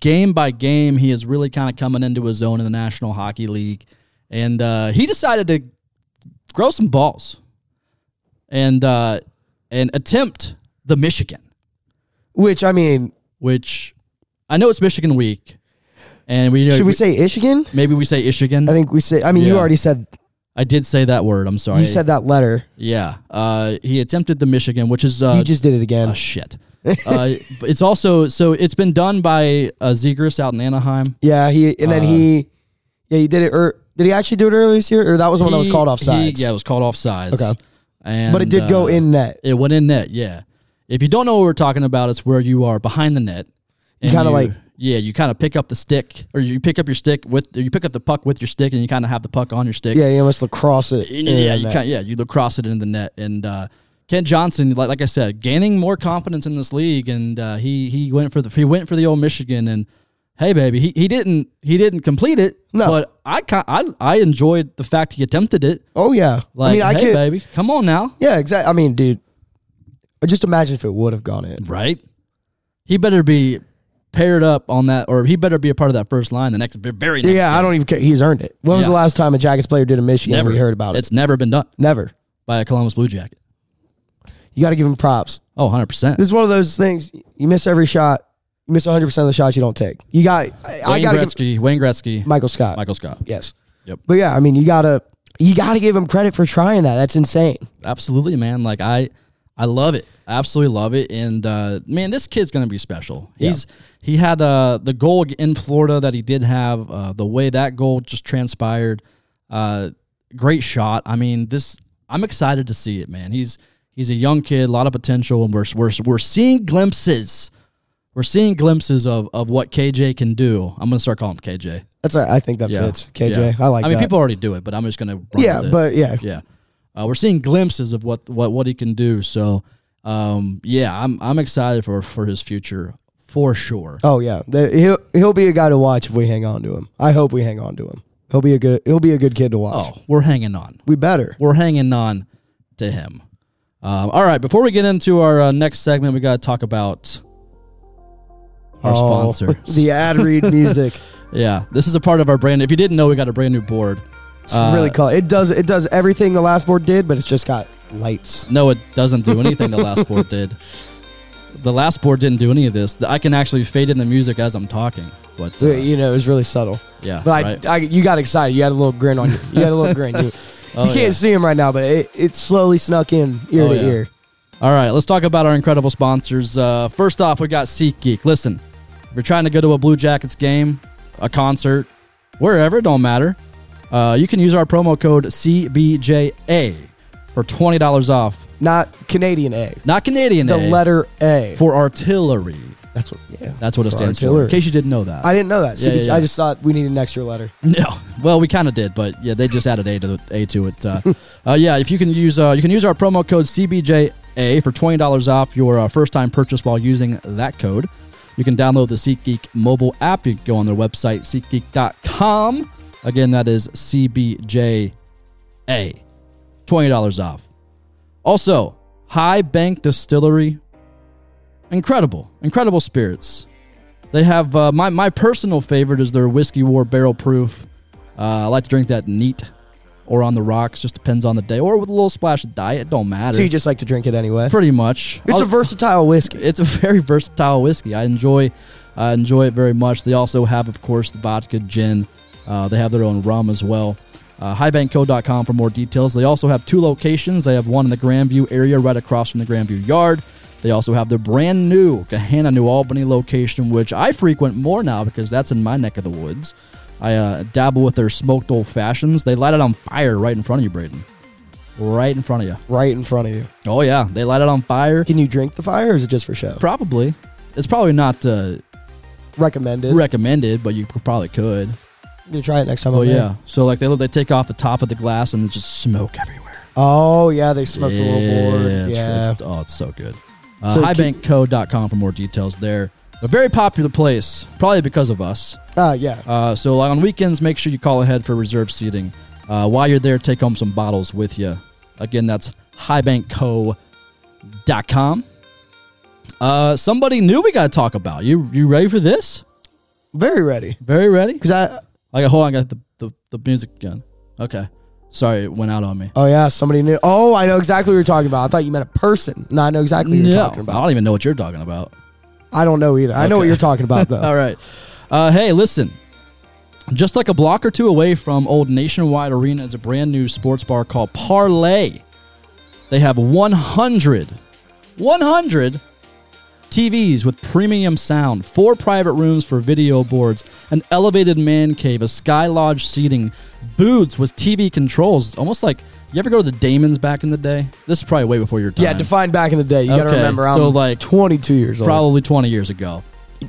Speaker 2: game by game, he is really kind of coming into his zone in the National Hockey League, and uh, he decided to grow some balls and uh, and attempt the Michigan,
Speaker 3: Which I mean,
Speaker 2: which I know it's Michigan week, and we
Speaker 3: should we say Michigan?
Speaker 2: maybe we say Michigan.
Speaker 3: I think we say I mean you
Speaker 2: Yeah.
Speaker 3: already said
Speaker 2: I did say that word. I'm sorry.
Speaker 3: you said that letter.
Speaker 2: yeah. Uh, he attempted the Michigan, which is uh,
Speaker 3: you just did it again.
Speaker 2: oh, shit. uh, but it's also so it's been done by uh, Zegers out in Anaheim.
Speaker 3: Yeah, he and then
Speaker 2: Uh,
Speaker 3: he, yeah, he did it. Or did he actually do it earlier this year? Or that was the one Oh, that was
Speaker 2: He-
Speaker 3: called
Speaker 2: he-
Speaker 3: offsides.
Speaker 2: yeah, it was called offsides.
Speaker 3: Okay.
Speaker 2: and
Speaker 3: but it did go
Speaker 2: uh,
Speaker 3: in net.
Speaker 2: It went in net. Yeah. If you don't know what we're talking about, it's where you are behind the net. and
Speaker 3: kinda like
Speaker 2: Yeah, you kind of pick up the stick, or you pick up your stick with, or you pick up the puck with your stick, and you kind of have the puck on your stick.
Speaker 3: Yeah, you must lacrosse it.
Speaker 2: And, yeah, you
Speaker 3: that.
Speaker 2: kind of, yeah, you lacrosse it in the net. And uh, Kent Johnson, like, like I said, gaining more confidence in this league, and uh, he he went for the he went for the old Michigan, and hey, baby, he, he didn't he didn't complete it.
Speaker 3: No.
Speaker 2: but I ki- I I enjoyed the fact he attempted it.
Speaker 3: Oh yeah.
Speaker 2: Like,
Speaker 3: I mean, I
Speaker 2: hey,
Speaker 3: can.
Speaker 2: baby, come on now,
Speaker 3: Yeah, exactly. I mean, dude, just imagine if it would have gone in.
Speaker 2: right? He better be paired up on that, or he better be a part of that first line the next very next.
Speaker 3: Yeah, I
Speaker 2: game.
Speaker 3: don't even care. He's earned it. When was the
Speaker 2: Yeah.
Speaker 3: last time a Jackets player did a Michigan? and
Speaker 2: never
Speaker 3: We heard about it.
Speaker 2: It's never been done
Speaker 3: Never.
Speaker 2: by a Columbus Blue Jacket.
Speaker 3: You got to give him props.
Speaker 2: Oh, 100 percent.
Speaker 3: This is one of those things. You miss every shot. You miss 100 percent of the shots you don't take. You got. I, I
Speaker 2: Wayne
Speaker 3: got to give
Speaker 2: Gretzky, Wayne Gretzky,
Speaker 3: Michael Scott.
Speaker 2: Michael Scott.
Speaker 3: Yes.
Speaker 2: Yep.
Speaker 3: But yeah, I mean, you gotta you gotta give him credit for trying that. That's insane.
Speaker 2: absolutely man like i i love it I absolutely love it and uh man this kid's gonna be special he's he had uh the goal in florida that he did have uh the way that goal just transpired uh great shot i mean this i'm excited to see it man he's he's a young kid a lot of potential and we're we're, we're seeing glimpses we're seeing glimpses of of what kj can do i'm gonna start calling him kj
Speaker 3: That's a, I think that fits KJ.
Speaker 2: Yeah.
Speaker 3: I like.
Speaker 2: i mean
Speaker 3: that.
Speaker 2: people already do it but i'm just gonna run
Speaker 3: Yeah,
Speaker 2: with it.
Speaker 3: but yeah,
Speaker 2: Yeah, uh, we're seeing glimpses of what what what he can do. So, um, yeah, I'm I'm excited for for his future for sure.
Speaker 3: Oh yeah, The- he'll he'll be a guy to watch if we hang on to him. I hope we hang on to him. He'll be a good he'll be a good kid to watch.
Speaker 2: Oh, we're hanging on.
Speaker 3: We better.
Speaker 2: We're hanging on to him. Um, all right, before we get into our uh, next segment, we got to talk about our
Speaker 3: Oh,
Speaker 2: sponsor.
Speaker 3: the ad read music.
Speaker 2: yeah, this is a part of our brand. If you didn't know, we got a brand new board.
Speaker 3: It's
Speaker 2: Uh,
Speaker 3: really cool. It does it does everything the last board did, but it's just got lights.
Speaker 2: No, it doesn't do anything. the last board did. The last board didn't do any of this. I can actually fade in the music as I'm talking. But uh,
Speaker 3: you know, it was really subtle.
Speaker 2: yeah,
Speaker 3: But
Speaker 2: right.
Speaker 3: I, I, you got excited. You had a little grin on you. You had a little grin. You, you can't
Speaker 2: Oh, yeah.
Speaker 3: see him right now, but it, it slowly snuck in ear
Speaker 2: Oh,
Speaker 3: to
Speaker 2: yeah.
Speaker 3: ear.
Speaker 2: All right, let's talk about our incredible sponsors. Uh, first off, we got SeatGeek. Listen, if you're trying to go to a Blue Jackets game, a concert, wherever, it don't matter, uh, you can use our promo code CBJA for $20 off.
Speaker 3: Not Canadian A.
Speaker 2: Not Canadian,
Speaker 3: The
Speaker 2: A,
Speaker 3: letter A.
Speaker 2: for artillery.
Speaker 3: That's what. Yeah.
Speaker 2: That's what it
Speaker 3: For
Speaker 2: stands for.
Speaker 3: artillery.
Speaker 2: In case you didn't know that.
Speaker 3: I didn't know that.
Speaker 2: Yeah,
Speaker 3: CBJ.
Speaker 2: yeah, yeah.
Speaker 3: I just thought we needed an extra letter.
Speaker 2: No, well, we kind of did, but yeah, they just added a to the, a to it. Uh, uh, yeah, if you can use uh, you can use our promo code CBJA for twenty dollars off your uh, first time purchase while using that code. You can download the SeatGeek mobile app. You can go on their website SeatGeek.com. Again, that is CBJA, twenty dollars off. Also, High Bank Distillery, incredible, incredible spirits. They have uh, my my personal favorite is their whiskey war barrel proof. Uh, I like to drink that neat or on the rocks, just depends on the day, or with a little splash of diet. Don't matter.
Speaker 3: So you just like to drink it anyway.
Speaker 2: Pretty much,
Speaker 3: It's a
Speaker 2: I'll-
Speaker 3: versatile whiskey.
Speaker 2: it's a very versatile whiskey. I enjoy I enjoy it very much. They also have, of course, the vodka gin. Uh, they have their own rum as well. Uh, highbankco.com for more details. They also have two locations. They have one in the Grandview area, right across from the Grandview Yard. They also have their brand new Gahanna, New Albany location, which I frequent more now because that's in my neck of the woods. I uh, dabble with their smoked old fashions. They light it on fire right in front of you, Braden. Right in front of you.
Speaker 3: Right in front of you.
Speaker 2: Oh, yeah. They light it on fire.
Speaker 3: Can you drink the fire or is it just for show?
Speaker 2: Probably. It's probably not uh,
Speaker 3: Recommended.
Speaker 2: recommended, but you c- probably could.
Speaker 3: you can try it next time.
Speaker 2: Oh
Speaker 3: I'm there.
Speaker 2: yeah. So like they they take off the top of the glass and there's just smoke everywhere.
Speaker 3: Oh, yeah. They smoked a little board.
Speaker 2: it's-
Speaker 3: yeah.
Speaker 2: it's- oh, it's so good. Uh,
Speaker 3: So keep-
Speaker 2: highbankco.com for more details there. A very popular place, probably because of us.
Speaker 3: Ah, yeah.
Speaker 2: Uh, so like, on weekends, make sure you call ahead for reserve seating. Uh, while you're there, take home some bottles with you. Again, that's highbankco.com. Uh, somebody new we got to talk about. You you ready for this?
Speaker 3: Very ready.
Speaker 2: Very ready?
Speaker 3: Because I.
Speaker 2: I got hold on, I got the, the, the music gun. Okay. Sorry, it went out on me.
Speaker 3: Oh, yeah. Somebody knew. Oh, I know exactly what you're talking about. I thought you meant a person. No, I know exactly what you're talking
Speaker 2: I
Speaker 3: about.
Speaker 2: don't even know what you're talking about.
Speaker 3: I don't know either. I know what
Speaker 2: Okay.
Speaker 3: you're talking about, though.
Speaker 2: All right. Uh, hey, listen. Just like a block or two away from Old Nationwide Arena is a brand new sports bar called Parlay. They have 100, 100 TVs with premium sound, four private rooms for video boards, an elevated man cave, a sky lodge seating, booths with TV controls. Almost like you ever go to the Damon's back in the day? This is probably way before your time.
Speaker 3: Yeah, defined back in the day. You got to
Speaker 2: Okay,
Speaker 3: remember, I'm
Speaker 2: so, like,
Speaker 3: 22 years old.
Speaker 2: probably 20 years ago.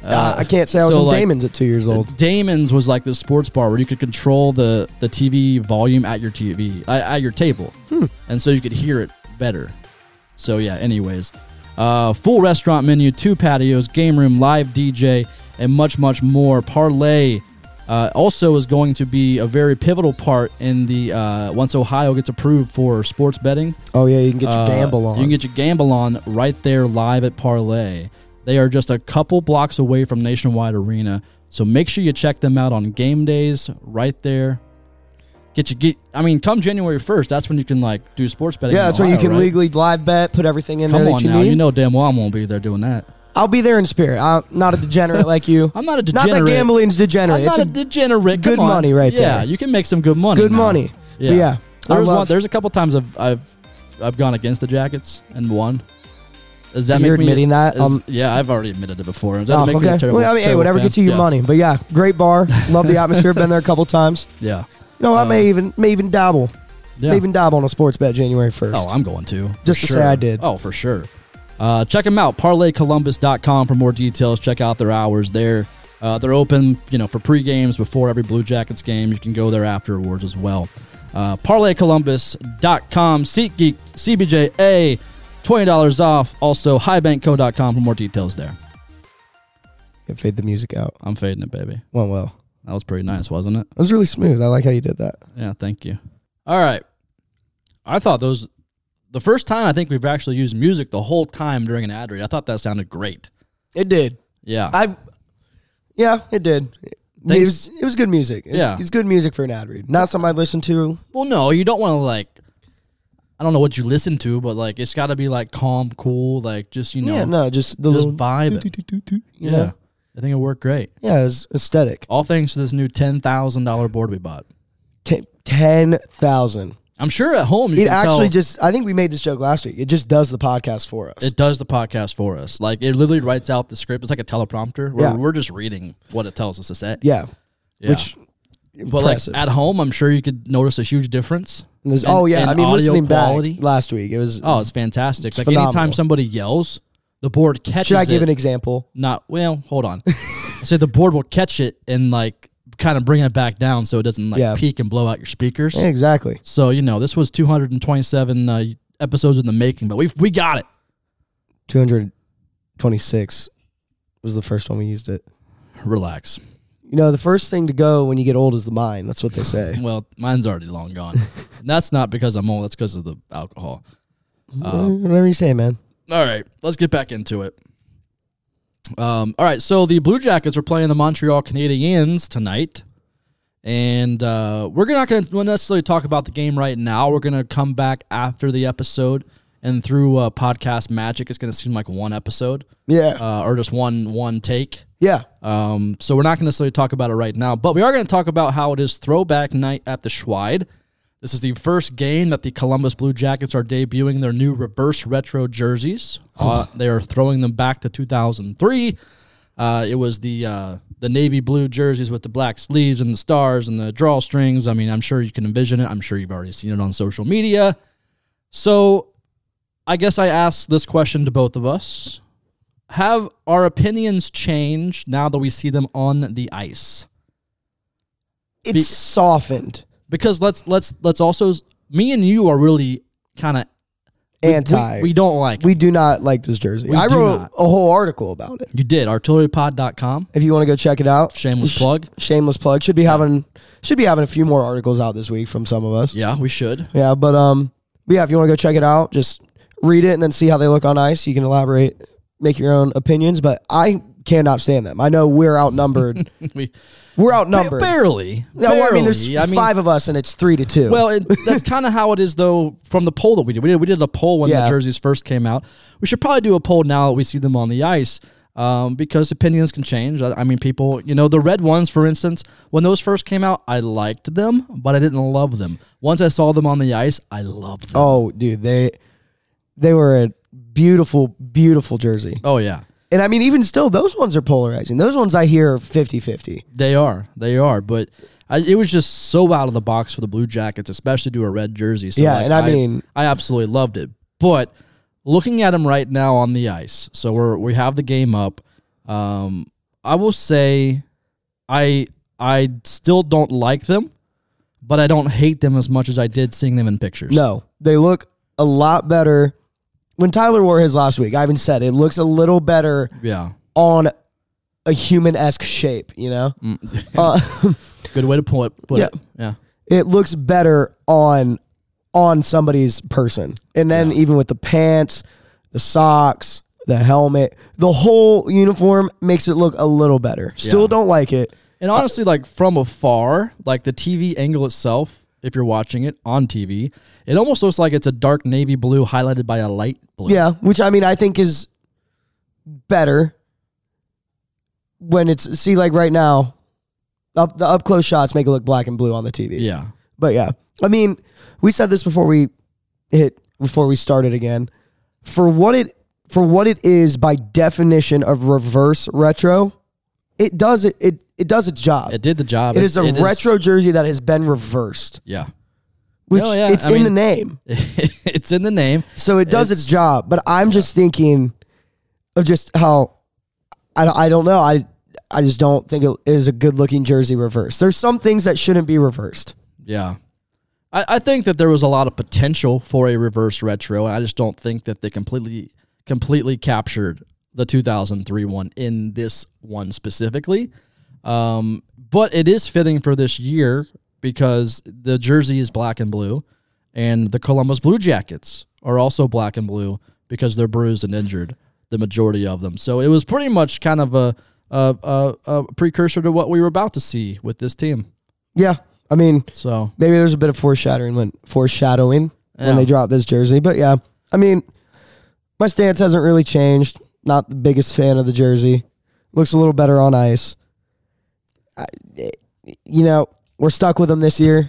Speaker 3: Uh, I can't say I was
Speaker 2: so,
Speaker 3: in
Speaker 2: like, uh,
Speaker 3: Damon's at two years old.
Speaker 2: Damon's was like this sports bar where you could control the, the TV volume at your TV uh, at your table,
Speaker 3: Hmm.
Speaker 2: and so you could hear it better. So yeah. Anyways, uh, full restaurant menu, two patios, game room, live DJ, and much much more. Parlay uh, also is going to be a very pivotal part in the uh, once Ohio gets approved for sports betting.
Speaker 3: Oh yeah, you can get your
Speaker 2: Uh,
Speaker 3: gamble on.
Speaker 2: You can get your gamble on right there live at Parlay. They are just a couple blocks away from Nationwide Arena, so make sure you check them out on game days right there. Get your get. I mean, come January first, that's when you can like do sports betting.
Speaker 3: yeah,
Speaker 2: in
Speaker 3: that's when you
Speaker 2: Ohio,
Speaker 3: can
Speaker 2: right?
Speaker 3: legally live bet, put everything in
Speaker 2: Come
Speaker 3: there
Speaker 2: on
Speaker 3: that you
Speaker 2: now,
Speaker 3: need.
Speaker 2: you know damn well I won't be there doing that.
Speaker 3: I'll be there in spirit. I'm not a degenerate like you.
Speaker 2: I'm not a
Speaker 3: Not
Speaker 2: degenerate.
Speaker 3: that gambling's degenerate.
Speaker 2: I'm
Speaker 3: it's
Speaker 2: not a,
Speaker 3: a
Speaker 2: degenerate.
Speaker 3: good
Speaker 2: Come on.
Speaker 3: money right
Speaker 2: yeah,
Speaker 3: there.
Speaker 2: you can make some good money.
Speaker 3: good
Speaker 2: now.
Speaker 3: money. But
Speaker 2: Yeah.
Speaker 3: Yeah, I
Speaker 2: There's one.
Speaker 3: love-
Speaker 2: There's a couple times I've I've I've gone against the Jackets and won. Does that
Speaker 3: You're
Speaker 2: make me
Speaker 3: admitting that?
Speaker 2: is-
Speaker 3: Um,
Speaker 2: yeah, I've already admitted it before. Does that
Speaker 3: Oh,
Speaker 2: make me a terrible?
Speaker 3: well, I mean, hey,
Speaker 2: terrible
Speaker 3: whatever
Speaker 2: fan?
Speaker 3: gets you your
Speaker 2: Yeah.
Speaker 3: money. But yeah, great bar. Love the atmosphere. Been there a couple times.
Speaker 2: Yeah.
Speaker 3: You know, I
Speaker 2: Uh,
Speaker 3: may even may even dabble.
Speaker 2: Yeah.
Speaker 3: May even dabble on a sports bet January first.
Speaker 2: Oh, I'm going to.
Speaker 3: Just
Speaker 2: For
Speaker 3: to say
Speaker 2: sure.
Speaker 3: I did.
Speaker 2: Oh, for sure. Uh, check them out, parlaycolumbus.com for more details. Check out their hours there. Uh, they're open, you know, for pre games before every Blue Jackets game. You can go there afterwards as well. Uh, parlaycolumbus.com, SeatGeek, CBJA, $20 off. Also, highbankco.com for more details there.
Speaker 3: Yeah, fade the music out.
Speaker 2: I'm fading it, baby.
Speaker 3: Went well.
Speaker 2: That was pretty nice, wasn't it?
Speaker 3: It was really smooth. I like how you did that.
Speaker 2: Yeah, thank you. All right. I thought those the first time I think we've actually used music the whole time during an ad read. I thought that sounded great.
Speaker 3: It did.
Speaker 2: Yeah.
Speaker 3: I. Yeah, it did. It
Speaker 2: Thanks.
Speaker 3: was, it was good music. It's,
Speaker 2: Yeah.
Speaker 3: it's good music for an ad read. Not something I'd listen to.
Speaker 2: well, no, you don't want to like I don't know what you listen to, but like it's got to be like calm, cool, like just you know,
Speaker 3: yeah, no, just the
Speaker 2: just
Speaker 3: little
Speaker 2: vibe. it.
Speaker 3: do-do-do-do, You
Speaker 2: yeah. Oh.
Speaker 3: know?
Speaker 2: I think it worked great.
Speaker 3: Yeah, it was aesthetic.
Speaker 2: All thanks to this new $10,000 board we bought.
Speaker 3: Ten- 10,000.
Speaker 2: I'm sure at home you
Speaker 3: It
Speaker 2: can
Speaker 3: actually
Speaker 2: tell
Speaker 3: just, I think we made this joke last week. It just does the podcast for us.
Speaker 2: it does the podcast for us. Like it literally writes out the script. It's like a teleprompter. We're,
Speaker 3: Yeah.
Speaker 2: we're just reading what it tells us to say.
Speaker 3: yeah.
Speaker 2: Yeah.
Speaker 3: Which,
Speaker 2: But
Speaker 3: impressive.
Speaker 2: like at home, I'm sure you could notice a huge difference.
Speaker 3: And there's-
Speaker 2: in-
Speaker 3: oh, yeah.
Speaker 2: in
Speaker 3: I mean,
Speaker 2: audio
Speaker 3: listening
Speaker 2: quality.
Speaker 3: back last week, it was,
Speaker 2: Oh, it's fantastic! like anytime
Speaker 3: phenomenal.
Speaker 2: somebody yells, the board catches.
Speaker 3: should I give
Speaker 2: it,
Speaker 3: an example?
Speaker 2: Not well. Hold on. I say the board will catch it and like kind of bring it back down so it doesn't like
Speaker 3: Yeah.
Speaker 2: peak and blow out your speakers.
Speaker 3: Yeah, exactly.
Speaker 2: So you know this was 227 uh, episodes in the making, but we we got it.
Speaker 3: 226 was the first one we used it.
Speaker 2: Relax.
Speaker 3: You know, the first thing to go when you get old is the mind. That's what they say.
Speaker 2: Well, mine's already long gone. And that's not because I'm old. That's because of the alcohol.
Speaker 3: Mm, Whatever you say, man.
Speaker 2: All right, let's get back into it. Um, all right, so the Blue Jackets are playing the Montreal Canadiens tonight, and uh, we're not going to necessarily talk about the game right now. We're going to come back after the episode, and through uh, podcast magic, it's going to seem like one episode
Speaker 3: Yeah.
Speaker 2: uh, or just one one take.
Speaker 3: yeah.
Speaker 2: Um, so we're not going to necessarily talk about it right now, but we are going to talk about how it is throwback night at the Schwide. This is the first game that the Columbus Blue Jackets are debuting their new reverse retro jerseys. Uh, they are throwing them back to 2003. Uh, it was the uh, the navy blue jerseys with the black sleeves and the stars and the drawstrings. I mean, I'm sure you can envision it. I'm sure you've already seen it on social media. So, I guess I asked this question to both of us have our opinions changed now that we see them on the ice?
Speaker 3: It's softened.
Speaker 2: Because let's let's let's also me and you are really kind of
Speaker 3: Anti.
Speaker 2: We, we don't like.
Speaker 3: We do not like this jersey.
Speaker 2: We
Speaker 3: I
Speaker 2: do
Speaker 3: wrote
Speaker 2: not.
Speaker 3: a whole article about it.
Speaker 2: you did artillerypod.com.
Speaker 3: If you want to go check it out,
Speaker 2: Shameless
Speaker 3: Sh-
Speaker 2: plug.
Speaker 3: shameless plug. Should be having should be having a few more articles out this week from some of us.
Speaker 2: Yeah, we should.
Speaker 3: Yeah, but um, but yeah. If you want to go check it out, just read it and then see how they look on ice. You can elaborate, make your own opinions. But I cannot stand them. I know we're outnumbered.
Speaker 2: We
Speaker 3: we're outnumbered.
Speaker 2: barely.
Speaker 3: no, well, I mean there's
Speaker 2: barely. I mean,
Speaker 3: five of us and it's three to two.
Speaker 2: Well, it, that's kind of how it is, though. From the poll that we did, we did, we did a poll when the
Speaker 3: Yeah.
Speaker 2: jerseys first came out. We should probably do a poll now that we see them on the ice, um, because opinions can change. I, I mean, people, you know, the red ones, for instance, when those first came out, I liked them, but I didn't love them. Once I saw them on the ice, I loved them.
Speaker 3: oh, dude, they they were a beautiful, beautiful jersey.
Speaker 2: Oh, yeah,
Speaker 3: And I mean, even still, those ones are polarizing. Those ones I hear are 50 50.
Speaker 2: they are, they are, but. I, it was just so out of the box for the Blue Jackets, especially to a red jersey. So
Speaker 3: Yeah,
Speaker 2: like,
Speaker 3: and I mean-
Speaker 2: I absolutely loved it. But looking at him right now on the ice, so we're we have the game up. Um, I will say, I I still don't like them, but I don't hate them as much as I did seeing them in pictures.
Speaker 3: No, they look a lot better. When Tyler wore his last week, I even said it looks a little better
Speaker 2: Yeah.
Speaker 3: on a human esque shape. You know, uh,
Speaker 2: Good way to put it. Put
Speaker 3: Yeah.
Speaker 2: It. Yeah.
Speaker 3: it looks better on on somebody's person, and then even with the pants, the socks, the helmet, the whole uniform makes it look a little better. Still
Speaker 2: Yeah.
Speaker 3: don't like it.
Speaker 2: And honestly, like from afar, like the TV angle itself, if you're watching it on TV, it almost looks like it's a dark navy blue highlighted by a light blue.
Speaker 3: Yeah, which I mean, I think is better when it's see like right now, up the up close shots make it look black and blue on the TV.
Speaker 2: Yeah.
Speaker 3: but yeah, I mean, we said this before we hit before we started again. For what it for what it is by definition of reverse retro, it does it it, it does its job.
Speaker 2: It did the job.
Speaker 3: it
Speaker 2: It's-
Speaker 3: is a retro jersey that has been reversed,
Speaker 2: yeah.
Speaker 3: which
Speaker 2: No, yeah,
Speaker 3: it's
Speaker 2: I
Speaker 3: in
Speaker 2: mean-
Speaker 3: the name.
Speaker 2: it's in the name.
Speaker 3: So it does its,
Speaker 2: It's-
Speaker 3: job, but I'm just thinking of just how I, don't- I don't know. I I just don't think it is a good looking jersey reversed. There's some things that shouldn't be reversed.
Speaker 2: Yeah. I, I think that there was a lot of potential for a reverse retro, and I just don't think that they completely completely captured the 2003 one in this one specifically. Um, but it is fitting for this year because the jersey is black and blue, and the Columbus Blue Jackets are also black and blue because they're bruised and injured, the majority of them. So it was pretty much kind of a, a, a, a precursor to what we were about to see with this team.
Speaker 3: Yeah, I mean
Speaker 2: So
Speaker 3: maybe there's a bit of foreshadowing when foreshadowing
Speaker 2: Yeah.
Speaker 3: when they dropped this jersey, but yeah, I mean my stance hasn't really changed. Not the biggest fan of the jersey. Looks a little better on ice. I, you know, we're stuck with them this year.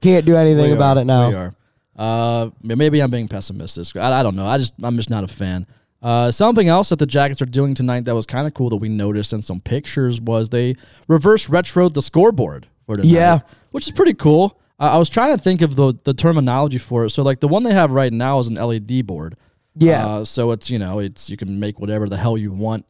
Speaker 3: Can't do anything
Speaker 2: We
Speaker 3: about
Speaker 2: are.
Speaker 3: it now.
Speaker 2: We are. Uh, maybe I'm being pessimistic. I, I don't know. I just I'm just not a fan. Uh, something else that the Jackets are doing tonight that was kind of cool that we noticed in some pictures was they reverse retroed the scoreboard for tonight.
Speaker 3: Yeah.
Speaker 2: which is pretty cool. Uh, I was trying to think of the the terminology for it. So like the one they have right now is an LED board.
Speaker 3: Yeah.
Speaker 2: Uh, so it's you know it's you can make whatever the hell you want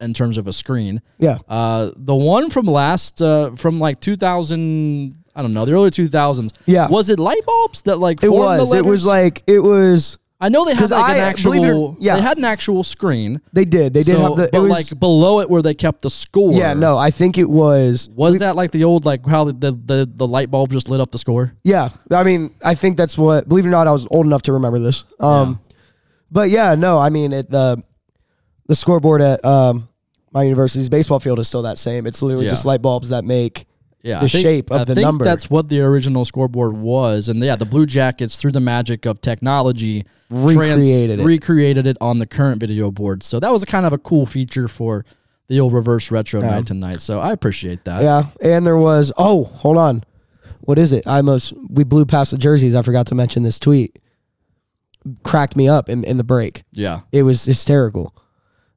Speaker 2: in terms of a screen.
Speaker 3: Yeah.
Speaker 2: Uh, the one from last uh, from like 2000 I don't know the early 2000s.
Speaker 3: Yeah.
Speaker 2: was it light bulbs that like
Speaker 3: It
Speaker 2: formed the
Speaker 3: was. It
Speaker 2: letters?
Speaker 3: was like it was.
Speaker 2: I know they had
Speaker 3: 'cause
Speaker 2: like an
Speaker 3: I- believe it or-
Speaker 2: actual
Speaker 3: yeah.
Speaker 2: they had an actual screen.
Speaker 3: They did. They did
Speaker 2: so,
Speaker 3: have the. It
Speaker 2: but
Speaker 3: was,
Speaker 2: like below it where they kept the score.
Speaker 3: yeah, no, I think it was.
Speaker 2: Was that like the old like how the, the the the light bulb just lit up the score?
Speaker 3: Yeah, I mean, I think that's what. Believe it or not, I was old enough to remember this. Um, but yeah, no, I mean, it, the the scoreboard at um my university's baseball field is still that same. It's literally
Speaker 2: Yeah.
Speaker 3: just light bulbs that make.
Speaker 2: Yeah,
Speaker 3: the shape of
Speaker 2: I
Speaker 3: the
Speaker 2: think
Speaker 3: number.
Speaker 2: That's what the original scoreboard was, and yeah, the Blue Jackets through the magic of technology trans-
Speaker 3: Recreated it.
Speaker 2: recreated it on the current video board. So that was a kind of a cool feature for the old reverse retro night tonight. So I appreciate that.
Speaker 3: Yeah, and there was. Oh, hold on, what is it? I almost we blew past the jerseys. I forgot to mention this tweet. Cracked me up in, in the break.
Speaker 2: yeah.
Speaker 3: It was hysterical.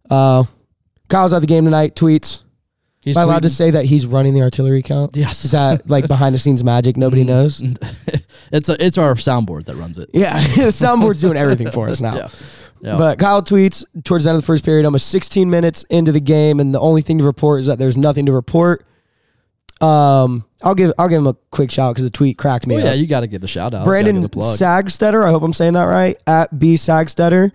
Speaker 3: Uh, Kyle's at the game tonight. Tweets.
Speaker 2: He's
Speaker 3: Am I allowed to
Speaker 2: tweeting-
Speaker 3: say that he's running the artillery count?
Speaker 2: Yes. Mm-hmm.
Speaker 3: Is that like behind the scenes magic nobody knows?
Speaker 2: it's a, it's our soundboard that runs it.
Speaker 3: Yeah, the soundboard's doing everything for us now.
Speaker 2: Yeah. Yeah.
Speaker 3: But Kyle tweets towards the end of the first period, almost 16 minutes into the game, and the only thing to report is that there's nothing to report. Um, I'll give I'll give him a quick shout because the tweet cracked me.
Speaker 2: Oh,
Speaker 3: up.
Speaker 2: yeah, you got to give the shout out. Gotta
Speaker 3: Brandon
Speaker 2: give the plug.
Speaker 3: Sagstetter, I hope I'm saying that right, at B Sagstetter,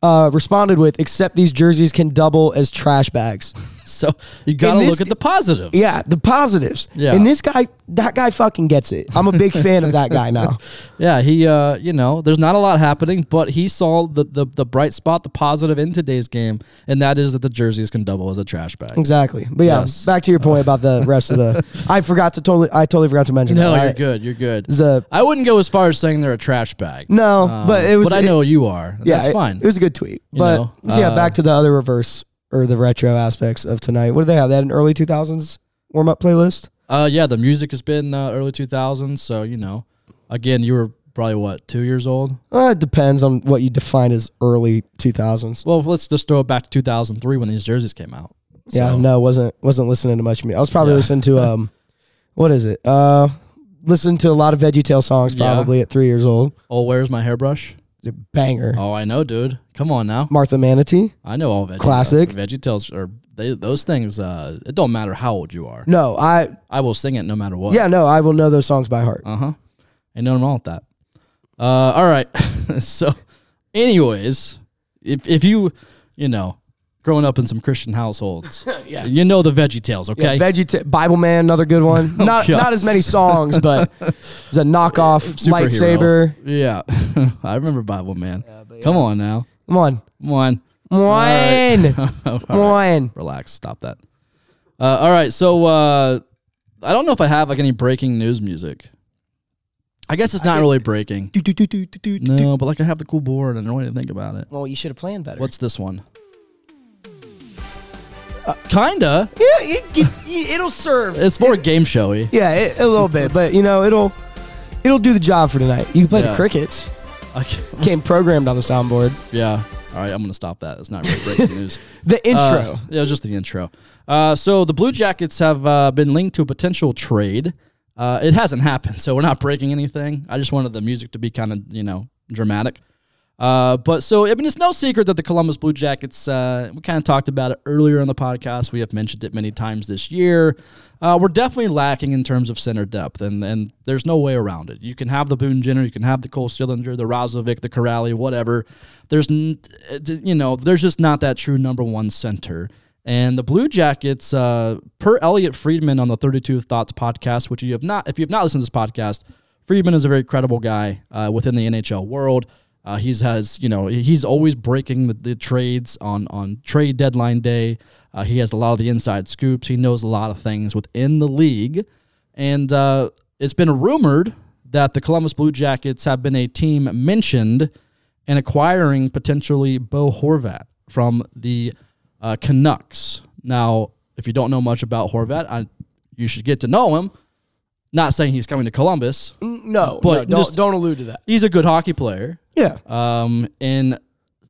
Speaker 3: uh, responded with, "Except these jerseys can double as trash bags."
Speaker 2: so you got to
Speaker 3: this
Speaker 2: look at the positives.
Speaker 3: Yeah, the positives.
Speaker 2: Yeah.
Speaker 3: And this guy, that guy fucking gets it. I'm a big fan of that guy now.
Speaker 2: Yeah, he uh, you know, there's not a lot happening, but he saw the, the the bright spot, the positive in today's game, and that is that the jerseys can double as a trash bag.
Speaker 3: Exactly. But yeah,
Speaker 2: Yes.
Speaker 3: back to your point about the rest of the. I forgot to totally. I totally forgot to mention.
Speaker 2: No,
Speaker 3: that. I-
Speaker 2: you're good. You're good.
Speaker 3: It's a-
Speaker 2: I wouldn't go as far as saying they're a trash bag. Um,
Speaker 3: No, but it was.
Speaker 2: But I
Speaker 3: it-
Speaker 2: know you are.
Speaker 3: yeah,
Speaker 2: That's
Speaker 3: it-
Speaker 2: fine.
Speaker 3: It, was a good tweet.
Speaker 2: You
Speaker 3: but
Speaker 2: know,
Speaker 3: so yeah,
Speaker 2: uh,
Speaker 3: back to the other reverse or the retro aspects of tonight. What do they have? They had an early 2000s warm up playlist.
Speaker 2: uh, yeah, the music has been uh, early 2000s, so you know, again, you were probably what two years old.
Speaker 3: Uh, it depends on what you define as early 2000s.
Speaker 2: Well, let's just throw it back to 2003 when these jerseys came out.
Speaker 3: Yeah,
Speaker 2: So,
Speaker 3: no, wasn't wasn't listening to much music. I was probably
Speaker 2: Yeah.
Speaker 3: listening to um, what is it? Uh, listening to a lot of VeggieTale songs
Speaker 2: Yeah.
Speaker 3: probably at three years old.
Speaker 2: Oh, where's my hairbrush?
Speaker 3: Banger.
Speaker 2: Oh, I know, dude. Come on now.
Speaker 3: Martha Manatee.
Speaker 2: I know all veggie
Speaker 3: Classic.
Speaker 2: Veggie Tales or They, those things, uh, it don't matter how old you are.
Speaker 3: No, I
Speaker 2: I will sing it no matter what.
Speaker 3: yeah, no, I will know those songs by heart.
Speaker 2: Oh. Uh huh. Ain't nothing wrong with that. Uh, all right. so, anyways, if if you you know growing up in some Christian households,
Speaker 3: Yeah.
Speaker 2: you know the Veggie Tales, okay? Oh,
Speaker 3: Yeah, Veggie T- Bible Man, another good one. not
Speaker 2: God.
Speaker 3: not as many songs, but it's a knockoff
Speaker 2: Superhero.
Speaker 3: lightsaber.
Speaker 2: Yeah, I remember Bible Man. Come on now,
Speaker 3: Come on,
Speaker 2: come on.
Speaker 3: one, one.
Speaker 2: Relax. Stop that. Uh, all right. So uh, I don't know if I have like any breaking news music. I guess it's not really breaking.
Speaker 3: Do, do, do, do, do, do, do.
Speaker 2: No, but like I have the cool board and I don't even think about it.
Speaker 3: Well, you should have planned better.
Speaker 2: What's this one? Uh, Kinda.
Speaker 3: yeah, it, it, it'll serve.
Speaker 2: It's more game showy.
Speaker 3: Yeah, it, a little bit, but you know, it'll it'll do the job for tonight. You can play
Speaker 2: Yeah.
Speaker 3: the crickets.
Speaker 2: Okay.
Speaker 3: Came programmed on the soundboard.
Speaker 2: Yeah. All right. I'm gonna stop that. It's not really breaking news.
Speaker 3: The intro.
Speaker 2: Uh, yeah, it was just the intro. Uh, so the Blue Jackets have uh, been linked to a potential trade. Uh, it hasn't happened, so we're not breaking anything. I just wanted the music to be kind of you know dramatic. Uh, but so I mean, it's no secret that the Columbus Blue Jackets. Uh, we kind of talked about it earlier in the podcast. We have mentioned it many times this year. Uh, we're definitely lacking in terms of center depth, and and there's no way around it. You can have the Boone Jenner, you can have the Cole Sillinger, the Rozovic, the Corrali, whatever. There's n- it- you know there's just not that true number one center. And the Blue Jackets, uh, per Elliot Friedman on the 32 Thoughts podcast, which you have not, if you have not listened to this podcast, Friedman is a very credible guy uh, within the NHL world. Uh, he's has you know he's always breaking the, the trades on on trade deadline day. Uh, he has a lot of the inside scoops. He knows a lot of things within the league, and uh, it's been rumored that the Columbus Blue Jackets have been a team mentioned in acquiring potentially Bo Horvat from the uh, Canucks. Now, if you don't know much about Horvat, I, you should get to know him. Not saying he's coming to Columbus.
Speaker 3: no,
Speaker 2: but
Speaker 3: no, don't
Speaker 2: just-
Speaker 3: don't allude to that.
Speaker 2: He's a good hockey player.
Speaker 3: Yeah.
Speaker 2: Um, in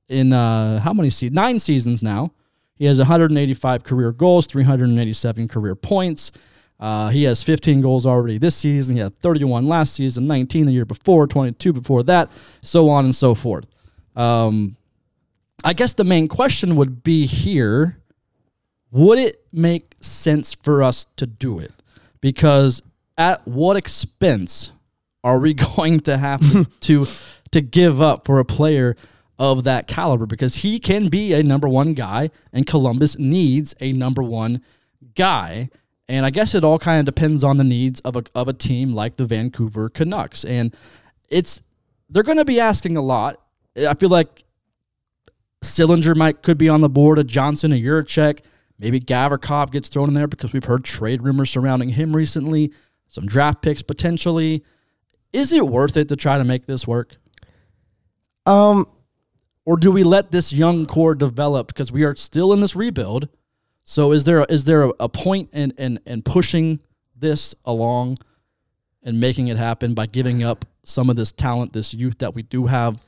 Speaker 2: in uh, how many seasons? Nine seasons now. He has 185 career goals, 387 career points. Uh, he has 15 goals already this season. He had 31 last season, 19 the year before, 22 before that, so on and so forth. Um, I guess the main question would be here would it make sense for us to do it? Because at what expense are we going to have to, to to give up for a player of that caliber? Because he can be a number one guy, and Columbus needs a number one guy. And I guess it all kind of depends on the needs of a of a team like the Vancouver Canucks. And it's they're going to be asking a lot. I feel like Sillinger might could be on the board, a Johnson, a Juracek, maybe Gavrikov gets thrown in there because we've heard trade rumors surrounding him recently, some draft picks potentially. Is it worth it to try to make this work?
Speaker 3: Um.
Speaker 2: Or do we let this young core develop because we are still in this rebuild? So is there is there a, a point in, in in pushing this along and making it happen by giving up some of this talent, this youth that we do have?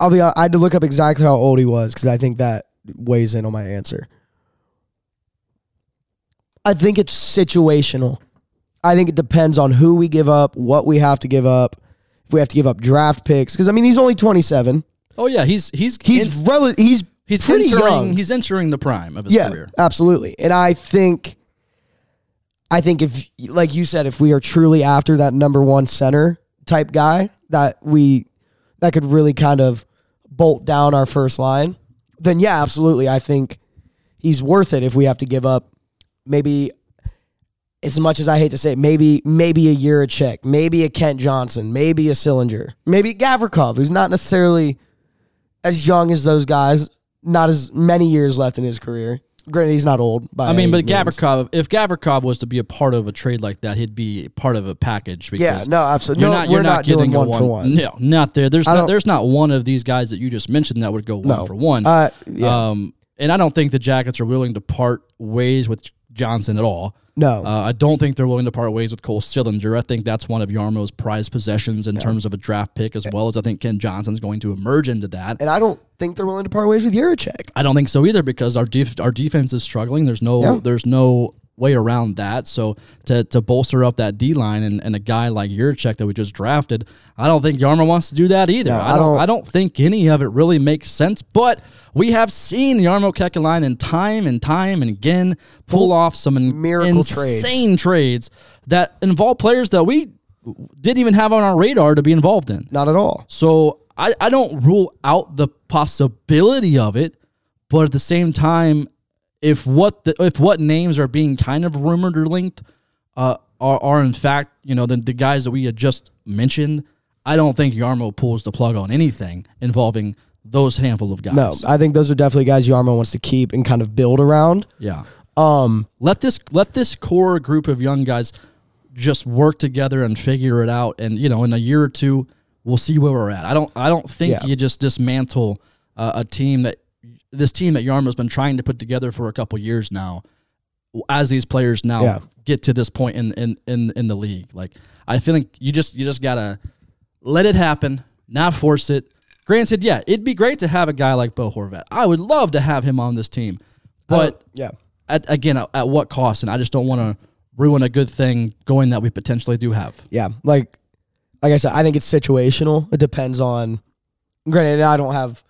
Speaker 3: I'll be. I had to look up exactly how old he was because I think that weighs in on my answer. I think it's situational. I think it depends on who we give up, what we have to give up, if we have to give up draft picks. Because I mean, he's only twenty seven.
Speaker 2: Oh yeah, he's he's
Speaker 3: He's
Speaker 2: in-
Speaker 3: rel- he's
Speaker 2: he's
Speaker 3: pretty
Speaker 2: entering
Speaker 3: young.
Speaker 2: he's entering the prime of his
Speaker 3: yeah,
Speaker 2: career.
Speaker 3: absolutely. And I think, I think if, like you said, if we are truly after that number one center type guy, that we that could really kind of bolt down our first line, then yeah, absolutely. I think he's worth it if we have to give up maybe. As much as I hate to say, it, maybe maybe a year a check, maybe a Kent Johnson, maybe a Sillinger, maybe Gavrikov, who's not necessarily as young as those guys, not as many years left in his career. Granted, he's not old. By
Speaker 2: I mean,
Speaker 3: any
Speaker 2: but
Speaker 3: means.
Speaker 2: Gavrikov, if Gavrikov was to be a part of a trade like that, he'd be part of a package.
Speaker 3: Yeah,
Speaker 2: Because
Speaker 3: no, absolutely.
Speaker 2: you're
Speaker 3: No,
Speaker 2: not,
Speaker 3: we're
Speaker 2: you're not,
Speaker 3: not, doing
Speaker 2: getting a
Speaker 3: one, for one.
Speaker 2: No, not there. There's
Speaker 3: I
Speaker 2: not,
Speaker 3: don't-
Speaker 2: there's not one of these guys that you just mentioned that would go one
Speaker 3: No.
Speaker 2: for one.
Speaker 3: Uh, yeah,
Speaker 2: Um, and I don't think the Jackets are willing to part ways with Johnson at all.
Speaker 3: no.
Speaker 2: Uh, I don't think they're willing to part ways with Cole Sillinger. I think that's one of Yarmo's prized possessions in terms of a draft pick, as well as I think Ken Johnson's going to emerge into that.
Speaker 3: and I don't think they're willing to part ways with Juracek.
Speaker 2: I don't think so either because our def- our defense is struggling. There's no
Speaker 3: Yeah.
Speaker 2: there's no way around that. So to, to bolster up that D line and, and a guy like Yurchek that we just drafted, I don't think Yarmo wants to do that either.
Speaker 3: No,
Speaker 2: I,
Speaker 3: I
Speaker 2: don't,
Speaker 3: don't-
Speaker 2: I don't think any of it really makes sense. But we have seen Yarmo Kekalainen time and time and again pull off some in-
Speaker 3: Miracle trades.
Speaker 2: insane trades that involve players that we didn't even have on our radar to be involved in.
Speaker 3: Not at all.
Speaker 2: So I, I don't rule out the possibility of it, but at the same time, if what the, if what names are being kind of rumored or linked uh, are are in fact you know the, the guys that we had just mentioned, I don't think Yarmo pulls the plug on anything involving those handful of guys.
Speaker 3: No, I think those are definitely guys Yarmo wants to keep and kind of build around.
Speaker 2: Yeah.
Speaker 3: Um,
Speaker 2: let this let this core group of young guys just work together and figure it out and you know in a year or two we'll see where we're at i don't i don't think
Speaker 3: Yeah.
Speaker 2: you just dismantle uh, a team that this team that yarmo's been trying to put together for a couple years now as these players now
Speaker 3: Yeah.
Speaker 2: get to this point in, in in in the league like i feel like you just you just gotta let it happen not force it granted yeah it'd be great to have a guy like bo horvat i would love to have him on this team but
Speaker 3: yeah,
Speaker 2: at, again at, at what cost and i just don't want to ruin a good thing going that we potentially do have
Speaker 3: yeah. Like, like I said, I think it's situational. It depends on. Granted, I don't have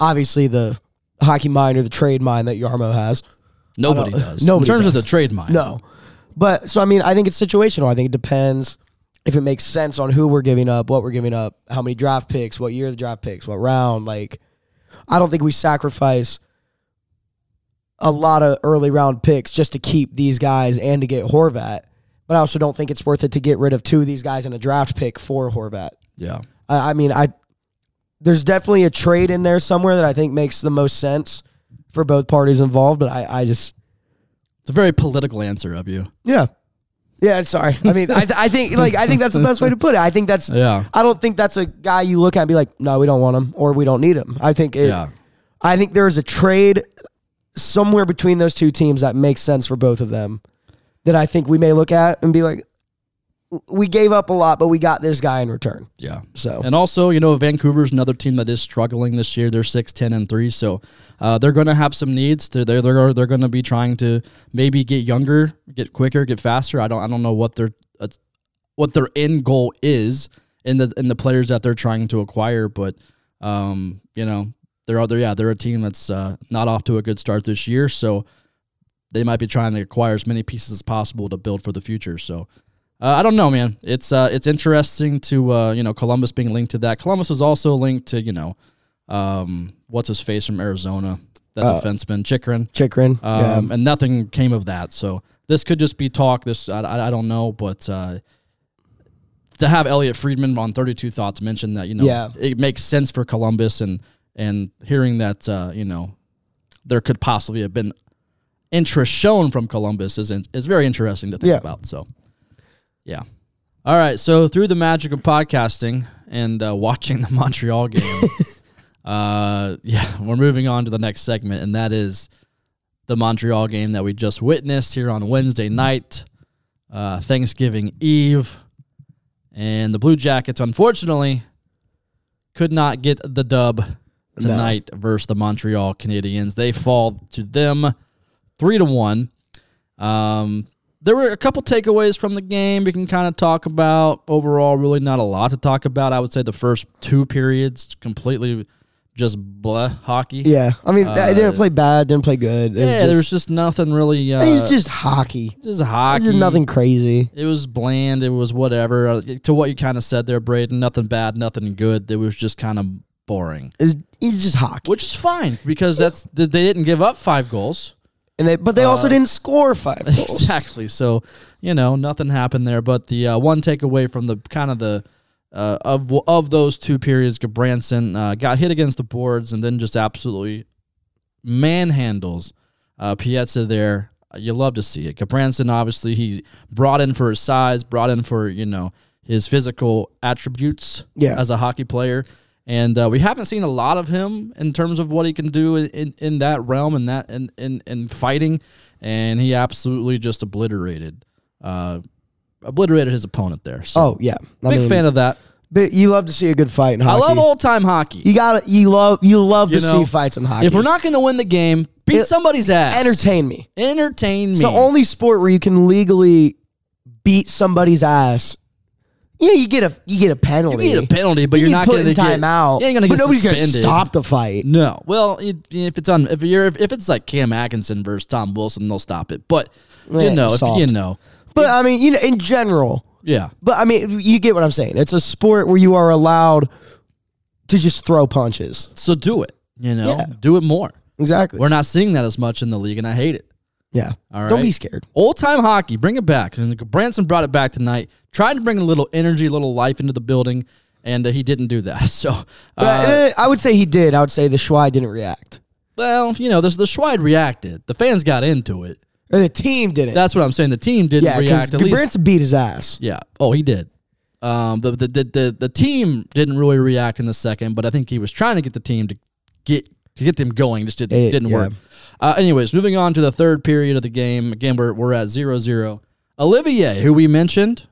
Speaker 3: obviously the hockey mind or the trade mind that Yarmo has.
Speaker 2: nobody
Speaker 3: I don't-
Speaker 2: does
Speaker 3: nobody
Speaker 2: in terms of the
Speaker 3: does.
Speaker 2: trade mine
Speaker 3: No, but so I mean, I think it's situational. I think it depends if it makes sense on who we're giving up, what we're giving up, how many draft picks, what year the draft picks, what round. Like, I don't think we sacrifice a lot of early round picks just to keep these guys and to get Horvat. But I also don't think it's worth it to get rid of two of these guys and a draft pick for Horvat.
Speaker 2: yeah
Speaker 3: I, I mean, I there's definitely a trade in there somewhere that I think makes the most sense for both parties involved. But I, I just
Speaker 2: it's a very political answer of you
Speaker 3: yeah. Yeah, sorry. I mean, I, I think like I think that's the best way to put it. I think that's
Speaker 2: Yeah.
Speaker 3: I don't think that's a guy you look at and be like, no, we don't want him or we don't need him. I think it,
Speaker 2: Yeah.
Speaker 3: I think there is a trade somewhere between those two teams that makes sense for both of them that I think we may look at and be like, we gave up a lot, but we got this guy in return.
Speaker 2: yeah
Speaker 3: So
Speaker 2: and also you know vancouver's another team that is struggling this year they're 6 10 and 3 so uh, they're going to have some needs to, they're, they're, they're going to be trying to maybe get younger get quicker get faster i don't i don't know what their uh, what their end goal is in the in the players that they're trying to acquire but um you know they're other yeah they're a team that's uh, not off to a good start this year so they might be trying to acquire as many pieces as possible to build for the future. So uh, I don't know, man. It's uh, it's interesting to uh, you know Columbus being linked to that. Columbus was also linked to you know um, what's his face from Arizona, that defenseman Chikrin,
Speaker 3: Chikrin,
Speaker 2: um, and nothing came of that. So this could just be talk. This I, I, I don't know, but. Uh, to have Elliot Friedman on 32 Thoughts mention that, you know,
Speaker 3: Yeah.
Speaker 2: it makes sense for Columbus and and hearing that, uh, you know, there could possibly have been interest shown from Columbus is in, is very interesting to think
Speaker 3: Yeah.
Speaker 2: about. So, yeah. All right. So through the magic of podcasting and uh, watching the Montreal game, uh, yeah, we're moving on to the next segment, and that is the Montreal game that we just witnessed here on Wednesday night, uh, Thanksgiving Eve, and the Blue Jackets unfortunately could not get the dub tonight versus the Montreal Canadiens. They fall to them three to one. Um, there were a couple takeaways from the game we can kind of talk about. Overall, really not a lot to talk about. I would say the first two periods completely just blah hockey.
Speaker 3: yeah. I mean, they
Speaker 2: uh,
Speaker 3: didn't play bad, didn't play good. It was
Speaker 2: yeah.
Speaker 3: just,
Speaker 2: there was just nothing really. Uh,
Speaker 3: it was just hockey.
Speaker 2: just
Speaker 3: It
Speaker 2: hockey.
Speaker 3: was nothing crazy.
Speaker 2: It was bland. It was whatever. Uh, to what you kind of said there, Braden. Nothing bad. Nothing good. It was just kind of boring,
Speaker 3: It was, it was just hockey.
Speaker 2: which is fine because that's they didn't give up five goals.
Speaker 3: And they, but they also didn't score five goals.
Speaker 2: Uh, Exactly. So, you know, nothing happened there. But the uh, one takeaway from the kind of the uh, of of those two periods, Gabranson uh, got hit against the boards and then just absolutely manhandles uh, Piazza there. Uh, You love to see it. Gabranson, obviously, he brought in for his size, brought in for you know his physical attributes
Speaker 3: Yeah.
Speaker 2: as a hockey player. And uh, we haven't seen a lot of him in terms of what he can do in, in, in that realm and that in, in, in fighting. And he absolutely just obliterated uh, obliterated his opponent there. So
Speaker 3: Oh yeah, I
Speaker 2: big
Speaker 3: mean,
Speaker 2: fan of that.
Speaker 3: But you love to see a good fight in
Speaker 2: I
Speaker 3: hockey.
Speaker 2: love old time hockey.
Speaker 3: You got to You love. You love
Speaker 2: You
Speaker 3: to
Speaker 2: know,
Speaker 3: see fights in hockey.
Speaker 2: If we're not going to win the game, Beat
Speaker 3: it-
Speaker 2: somebody's ass.
Speaker 3: Entertain me.
Speaker 2: Entertain me.
Speaker 3: It's the only sport where you can legally beat somebody's ass. Yeah, you get a you get a penalty.
Speaker 2: you get a penalty, but
Speaker 3: You
Speaker 2: you're
Speaker 3: get
Speaker 2: not
Speaker 3: put
Speaker 2: going to
Speaker 3: in
Speaker 2: get
Speaker 3: timeout.
Speaker 2: You ain't going to
Speaker 3: but
Speaker 2: get
Speaker 3: nobody's gonna
Speaker 2: suspended.
Speaker 3: stop the fight.
Speaker 2: No. Well, it, if it's on, if you're, if it's like Cam Atkinson versus Tom Wilson, they'll stop it. But you
Speaker 3: Yeah,
Speaker 2: know, if,
Speaker 3: soft.
Speaker 2: you know,
Speaker 3: But I mean, you know, in general.
Speaker 2: yeah,
Speaker 3: But I mean, you get what I'm saying. It's a sport where you are allowed to just throw punches.
Speaker 2: So do it. You know,
Speaker 3: Yeah.
Speaker 2: do it more.
Speaker 3: Exactly.
Speaker 2: We're not seeing that as much in the league, and I hate it.
Speaker 3: yeah.
Speaker 2: All
Speaker 3: Don't
Speaker 2: right.
Speaker 3: be scared.
Speaker 2: Old time hockey, bring it back. And Branson brought it back tonight, trying to bring a little energy, a little life into the building, and uh, he didn't do that. So,
Speaker 3: But,
Speaker 2: uh,
Speaker 3: eh, I would say he did. I would say the Schwei didn't react,
Speaker 2: well, you know, there's the Schwide reacted. The fans got into it.
Speaker 3: or the team didn't.
Speaker 2: That's what I'm saying. The team didn't
Speaker 3: yeah, because
Speaker 2: react. At least,
Speaker 3: Branson beat his ass.
Speaker 2: yeah. Oh, he did. Um, the, the the the the team didn't really react in the second, but I think he was trying to get the team to get to get them going. Just didn't
Speaker 3: It-
Speaker 2: didn't
Speaker 3: yeah.
Speaker 2: work. Uh, anyways, moving on to the third period of the game. Again, we're we're at 0-0. Olivier, who we mentioned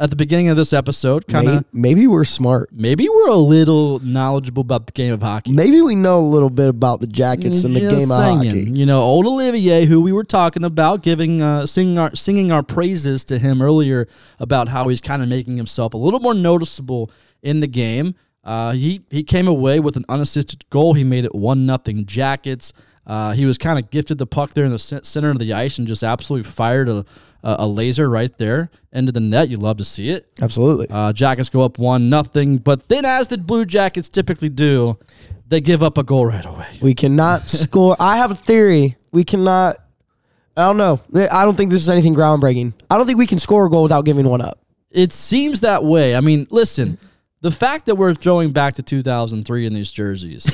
Speaker 2: at the beginning of this episode, kind of
Speaker 3: Maybe, maybe we're smart.
Speaker 2: maybe we're a little knowledgeable about the game of hockey.
Speaker 3: Maybe we know a little bit about the Jackets and the
Speaker 2: Just
Speaker 3: game of hockey.
Speaker 2: saying. You know, old Olivier, who we were talking about, giving uh, singing our singing our praises to him earlier about how he's kind of making himself a little more noticeable in the game. Uh, he he came away with an unassisted goal. He made it one nothing Jackets. Uh, he was kind of gifted the puck there in the cen- center of the ice and just absolutely fired a, a, a laser right there into the net. You love to see it.
Speaker 3: Absolutely.
Speaker 2: Uh, Jackets go up one nothing, but then as the Blue Jackets typically do, they give up a goal right away.
Speaker 3: We cannot score. I have a theory. We cannot. I don't know. Eh, I don't think this is anything groundbreaking. I don't think we can score a goal without giving one up.
Speaker 2: it seems that way. I mean, listen, the fact that we're throwing back to 2003 in these jerseys,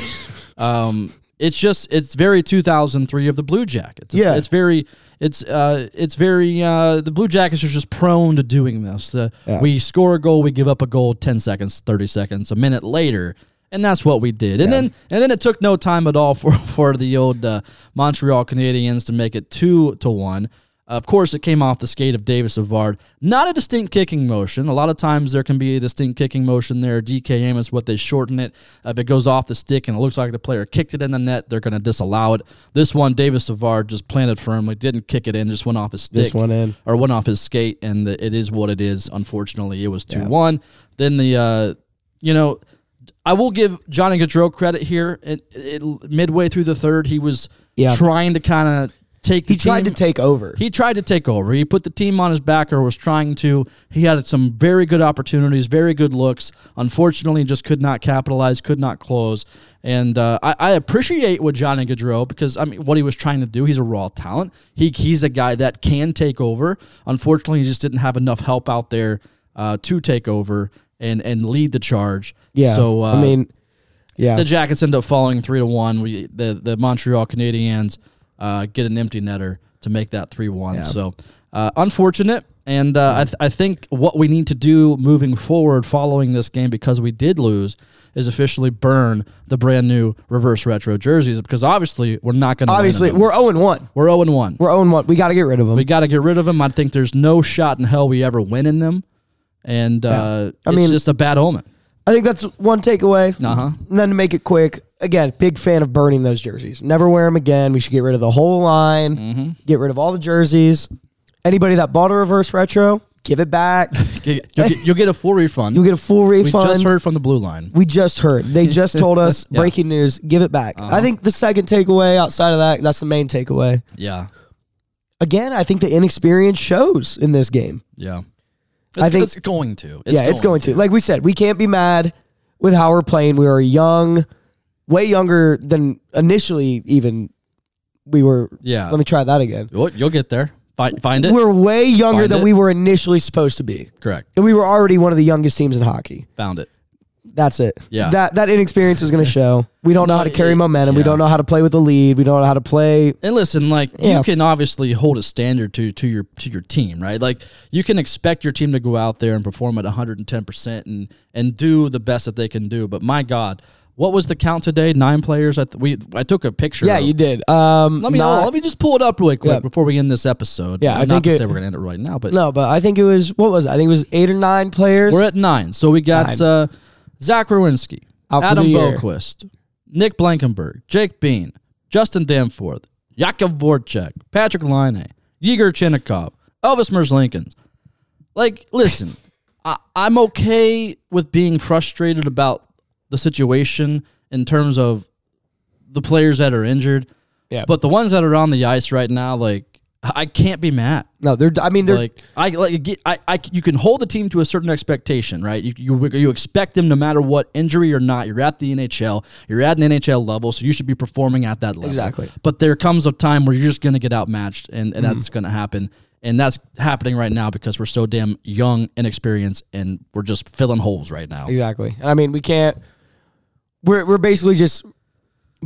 Speaker 2: um, it's just it's very 2003 of the Blue Jackets. It's,
Speaker 3: Yeah.
Speaker 2: it's very it's uh it's very uh the Blue Jackets are just prone to doing this. The,
Speaker 3: Yeah.
Speaker 2: We score a goal, we give up a goal 10 seconds, 30 seconds, a minute later. And that's what we did, and then and then it took no time at all for, for the old uh, Montreal Canadiens to make it two to one. Uh, Of course, it came off the skate of Davis Savard. Not a distinct kicking motion. A lot of times there can be a distinct kicking motion there. DKM is what they shorten it. If it goes off the stick and it looks like the player kicked it in the net, they're going to disallow it. This one, Davis Savard just planted firmly, didn't kick it in, just went off his stick.
Speaker 3: Just went in.
Speaker 2: Or went off his skate, and the, it is what it is. Unfortunately, it was 2 1. Then the, uh, you know, I will give Johnny Gaudreau credit here. It, it, midway through the third, he was
Speaker 3: Yeah.
Speaker 2: trying to kind of take the
Speaker 3: He tried to
Speaker 2: team-
Speaker 3: take over.
Speaker 2: he tried to take over. He put the team on his back or was trying to. He had some very good opportunities, very good looks. Unfortunately, just could not capitalize, could not close. And uh, I, I appreciate what Johnny Gaudreau because I mean what he was trying to do. He's a raw talent. He he's a guy that can take over. Unfortunately, he just didn't have enough help out there uh, to take over and and lead the charge.
Speaker 3: yeah.
Speaker 2: So uh,
Speaker 3: I mean, yeah.
Speaker 2: the Jackets end up falling three to one. We the the Montreal Canadiens uh, get an empty netter to make that three one. So uh, unfortunate, and uh, I, th- I think what we need to do moving forward, following this game, because we did lose, is officially burn the brand new reverse retro jerseys because obviously we're not going to
Speaker 3: Obviously,
Speaker 2: we're
Speaker 3: we're 0 1.
Speaker 2: we're zero and one.
Speaker 3: We're 0 1. We got to get rid of him.
Speaker 2: We got to get rid of them. I think there's no shot in hell we ever win in them, and uh,
Speaker 3: I
Speaker 2: it's
Speaker 3: mean-
Speaker 2: just a bad omen.
Speaker 3: I think that's one takeaway.
Speaker 2: Uh-huh.
Speaker 3: And then to make it quick, again, big fan of burning those jerseys. Never wear them again. We should get rid of the whole line,
Speaker 2: Mm-hmm.
Speaker 3: get rid of all the jerseys. Anybody that bought a reverse retro, give it back.
Speaker 2: You'll get, you'll get a full refund.
Speaker 3: You'll get a full
Speaker 2: we
Speaker 3: refund.
Speaker 2: just heard from the blue line.
Speaker 3: We just heard. They just told us
Speaker 2: Yeah. Uh-huh.
Speaker 3: breaking news. Give it back. I think the second takeaway outside of that, that's the main takeaway.
Speaker 2: Yeah,
Speaker 3: Again, I think the inexperience shows in this game.
Speaker 2: yeah.
Speaker 3: I think-
Speaker 2: it's going to. It's
Speaker 3: yeah, it's going to. Like we said, we can't be mad with how we're playing. We are young, way younger than initially even we were.
Speaker 2: Yeah.
Speaker 3: Let me try that again.
Speaker 2: You'll, you'll get there. Find, find it.
Speaker 3: We're way younger
Speaker 2: Find
Speaker 3: than
Speaker 2: it.
Speaker 3: we were initially supposed to be.
Speaker 2: Correct.
Speaker 3: And we were already one of the youngest teams in hockey.
Speaker 2: Found it.
Speaker 3: That's it.
Speaker 2: Yeah.
Speaker 3: That that inexperience is going to show. We don't know how to carry
Speaker 2: it-
Speaker 3: momentum. We
Speaker 2: yeah.
Speaker 3: don't know how to play with the lead. We don't know how to play
Speaker 2: And listen, like you
Speaker 3: Yeah.
Speaker 2: can obviously hold a standard to to your to your team, right? Like you can expect your team to go out there and perform at 110% and and do the best that they can do. But my god, what was the count today? 9 players. I th- we I took a picture.
Speaker 3: Yeah,
Speaker 2: of-
Speaker 3: you did. Um,
Speaker 2: Let me
Speaker 3: not-
Speaker 2: let me just pull it up really quick
Speaker 3: Yeah.
Speaker 2: before we end this episode.
Speaker 3: Yeah, I
Speaker 2: Not
Speaker 3: think
Speaker 2: to
Speaker 3: it-
Speaker 2: say we're going to end it right now, but
Speaker 3: no, but I think it was what was it? I think it was eight or nine players.
Speaker 2: We're at nine. So we got uh, Zach Rowinski,
Speaker 3: Out for
Speaker 2: Adam
Speaker 3: the year.
Speaker 2: Boquist, Nick Blankenberg, Jake Bean, Justin Danforth, Jakub Voracek, Patrick Line, Yegor Chinnikov, Elvis Merz Lincoln. Like, listen, I, I'm okay with being frustrated about the situation in terms of the players that are injured.
Speaker 3: Yeah.
Speaker 2: But the ones that are on the ice right now, like, I can't be mad.
Speaker 3: No, they're. I mean, they're.
Speaker 2: Like I like get- I, I you can hold the team to a certain expectation, right? You, you you expect them no matter what injury or not. You're at the NHL, you're at an NHL level, so you should be performing at that level.
Speaker 3: Exactly.
Speaker 2: But there comes a time where you're just going to get outmatched, and, and
Speaker 3: Mm-hmm.
Speaker 2: that's going to happen, and that's happening right now because we're so damn young, inexperienced, and we're just filling holes right now.
Speaker 3: Exactly. And I mean, we can't. We're we're basically just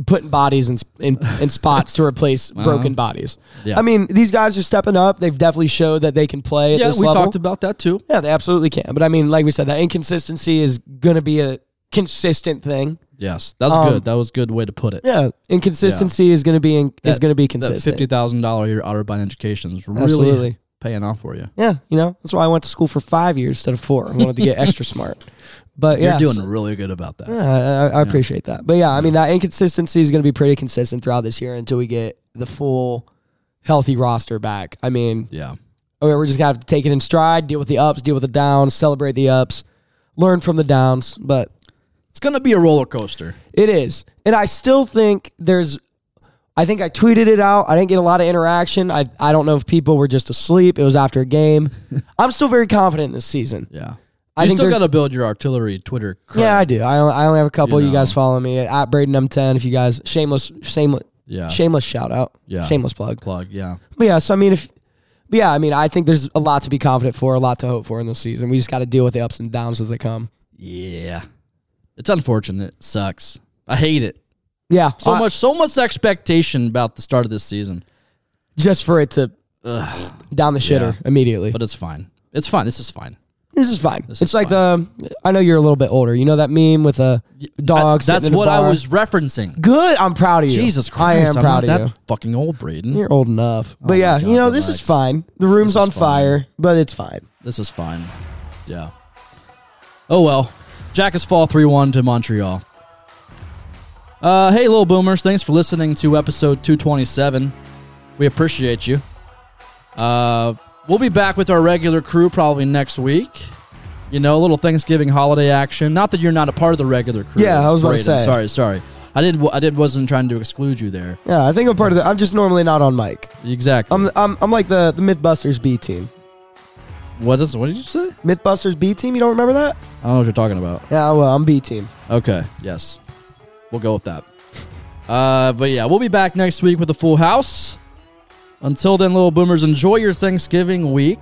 Speaker 3: putting bodies in in, in spots to replace broken bodies.
Speaker 2: Uh-huh. Yeah.
Speaker 3: I mean, these guys are stepping up. They've definitely showed that they can play at
Speaker 2: Yeah,
Speaker 3: this
Speaker 2: we
Speaker 3: level.
Speaker 2: talked about that too.
Speaker 3: yeah, they absolutely can. But I mean, like we said, that inconsistency is going to be a consistent thing.
Speaker 2: Yes, that's
Speaker 3: Um,
Speaker 2: good. That was a good way to put it.
Speaker 3: Yeah, inconsistency is going to be in, is
Speaker 2: That-
Speaker 3: going to be
Speaker 2: That
Speaker 3: consistent.
Speaker 2: fifty thousand dollar year Otterbein education is really
Speaker 3: Absolutely.
Speaker 2: paying off for you.
Speaker 3: yeah, you know that's why I went to school for five years instead of four. I wanted to get extra smart. But yeah,
Speaker 2: You're
Speaker 3: so-
Speaker 2: doing really good about that.
Speaker 3: Yeah, I- I, I appreciate that. But yeah, I mean that inconsistency is going to be pretty consistent throughout this year until we get the full healthy roster back. I mean,
Speaker 2: yeah.
Speaker 3: I mean, we're just gonna have to take it in stride, deal with the ups, deal with the downs, celebrate the ups, learn from the downs. But
Speaker 2: It's gonna be a roller coaster.
Speaker 3: it is, and I still think there's. I think I tweeted it out. I didn't get a lot of interaction. I I don't know if people were just asleep. It was after a game. I'm still very confident in this season.
Speaker 2: Yeah, you
Speaker 3: I think
Speaker 2: still
Speaker 3: there's-
Speaker 2: got to build your artillery Twitter. Cred.
Speaker 3: Yeah, I do. I only, I only have a couple.
Speaker 2: You
Speaker 3: You,
Speaker 2: know.
Speaker 3: guys follow me at, at Braden M10. If you guys shameless, shameless,
Speaker 2: Yeah.
Speaker 3: shameless shout out,
Speaker 2: Yeah.
Speaker 3: shameless plug.
Speaker 2: plug. Yeah,
Speaker 3: But yeah, so I mean, if but yeah, I mean, I think there's a lot to be confident for, a lot to hope for in this season. We just got to deal with the ups and downs as they come.
Speaker 2: yeah. It's unfortunate. It sucks. I hate it
Speaker 3: Yeah,
Speaker 2: so
Speaker 3: I-
Speaker 2: much. So much expectation about the start of this season,
Speaker 3: just for it to down the shitter
Speaker 2: Yeah.
Speaker 3: immediately.
Speaker 2: but it's fine. It's fine. This is fine.
Speaker 3: this is fine.
Speaker 2: This
Speaker 3: it's
Speaker 2: is
Speaker 3: like the I know you're a little bit older. You know that meme with a dog.
Speaker 2: I-
Speaker 3: sitting
Speaker 2: that's
Speaker 3: in a
Speaker 2: what I
Speaker 3: bar?
Speaker 2: was referencing.
Speaker 3: Good. I'm proud of you.
Speaker 2: Jesus
Speaker 3: I
Speaker 2: Christ!
Speaker 3: am
Speaker 2: I'm
Speaker 3: proud
Speaker 2: not
Speaker 3: of you.
Speaker 2: that Fucking old, Braden.
Speaker 3: You're old enough. But
Speaker 2: my
Speaker 3: yeah,
Speaker 2: God,
Speaker 3: you know, this
Speaker 2: relax.
Speaker 3: is fine. The room's
Speaker 2: This is
Speaker 3: on
Speaker 2: fine.
Speaker 3: fire, but it's fine.
Speaker 2: This is fine. Yeah. Oh well. Jackets fall 3 1 to Montreal. Uh, hey, little boomers. Thanks for listening to episode 227. We appreciate you. Uh, we'll be back with our regular crew probably next week. You know, a little Thanksgiving holiday action. Not that you're not a part of the regular crew.
Speaker 3: Yeah, I was about to
Speaker 2: Brayden.
Speaker 3: say.
Speaker 2: Sorry, sorry. I did. I did. Wasn't trying to exclude you there.
Speaker 3: Yeah, I think I'm part of the. I'm just normally not on mic.
Speaker 2: Exactly.
Speaker 3: I'm I'm, I'm like the, the MythBusters B team.
Speaker 2: what is? What did you say?
Speaker 3: MythBusters B team. You don't remember that?
Speaker 2: I don't know what you're talking about.
Speaker 3: Yeah, well, I'm B team.
Speaker 2: Okay. Yes. We'll go with that. Uh, but yeah, we'll be back next week with a full house. Until then, little boomers, enjoy your Thanksgiving week.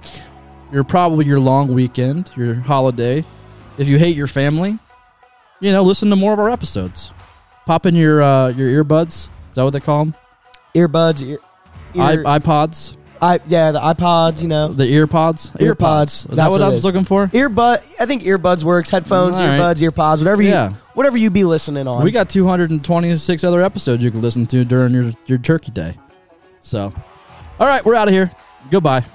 Speaker 2: Your probably your long weekend, your holiday. If you hate your family, you know, listen to more of our episodes. Pop in your uh, your earbuds. Is that what they call them?
Speaker 3: Earbuds, ear,
Speaker 2: I,
Speaker 3: ear-
Speaker 2: iPods,
Speaker 3: I- yeah, the iPods. You know,
Speaker 2: the earpods,
Speaker 3: Earpods.
Speaker 2: Is
Speaker 3: That's
Speaker 2: that what,
Speaker 3: what
Speaker 2: I
Speaker 3: it
Speaker 2: was
Speaker 3: is.
Speaker 2: looking for?
Speaker 3: earbud. I think earbuds works. Headphones,
Speaker 2: All right.
Speaker 3: earbuds, earpods, whatever you
Speaker 2: Yeah.
Speaker 3: whatever you be listening on.
Speaker 2: We got 226 other episodes you can listen to during your, your turkey day. So, all right, we're out of here. Goodbye.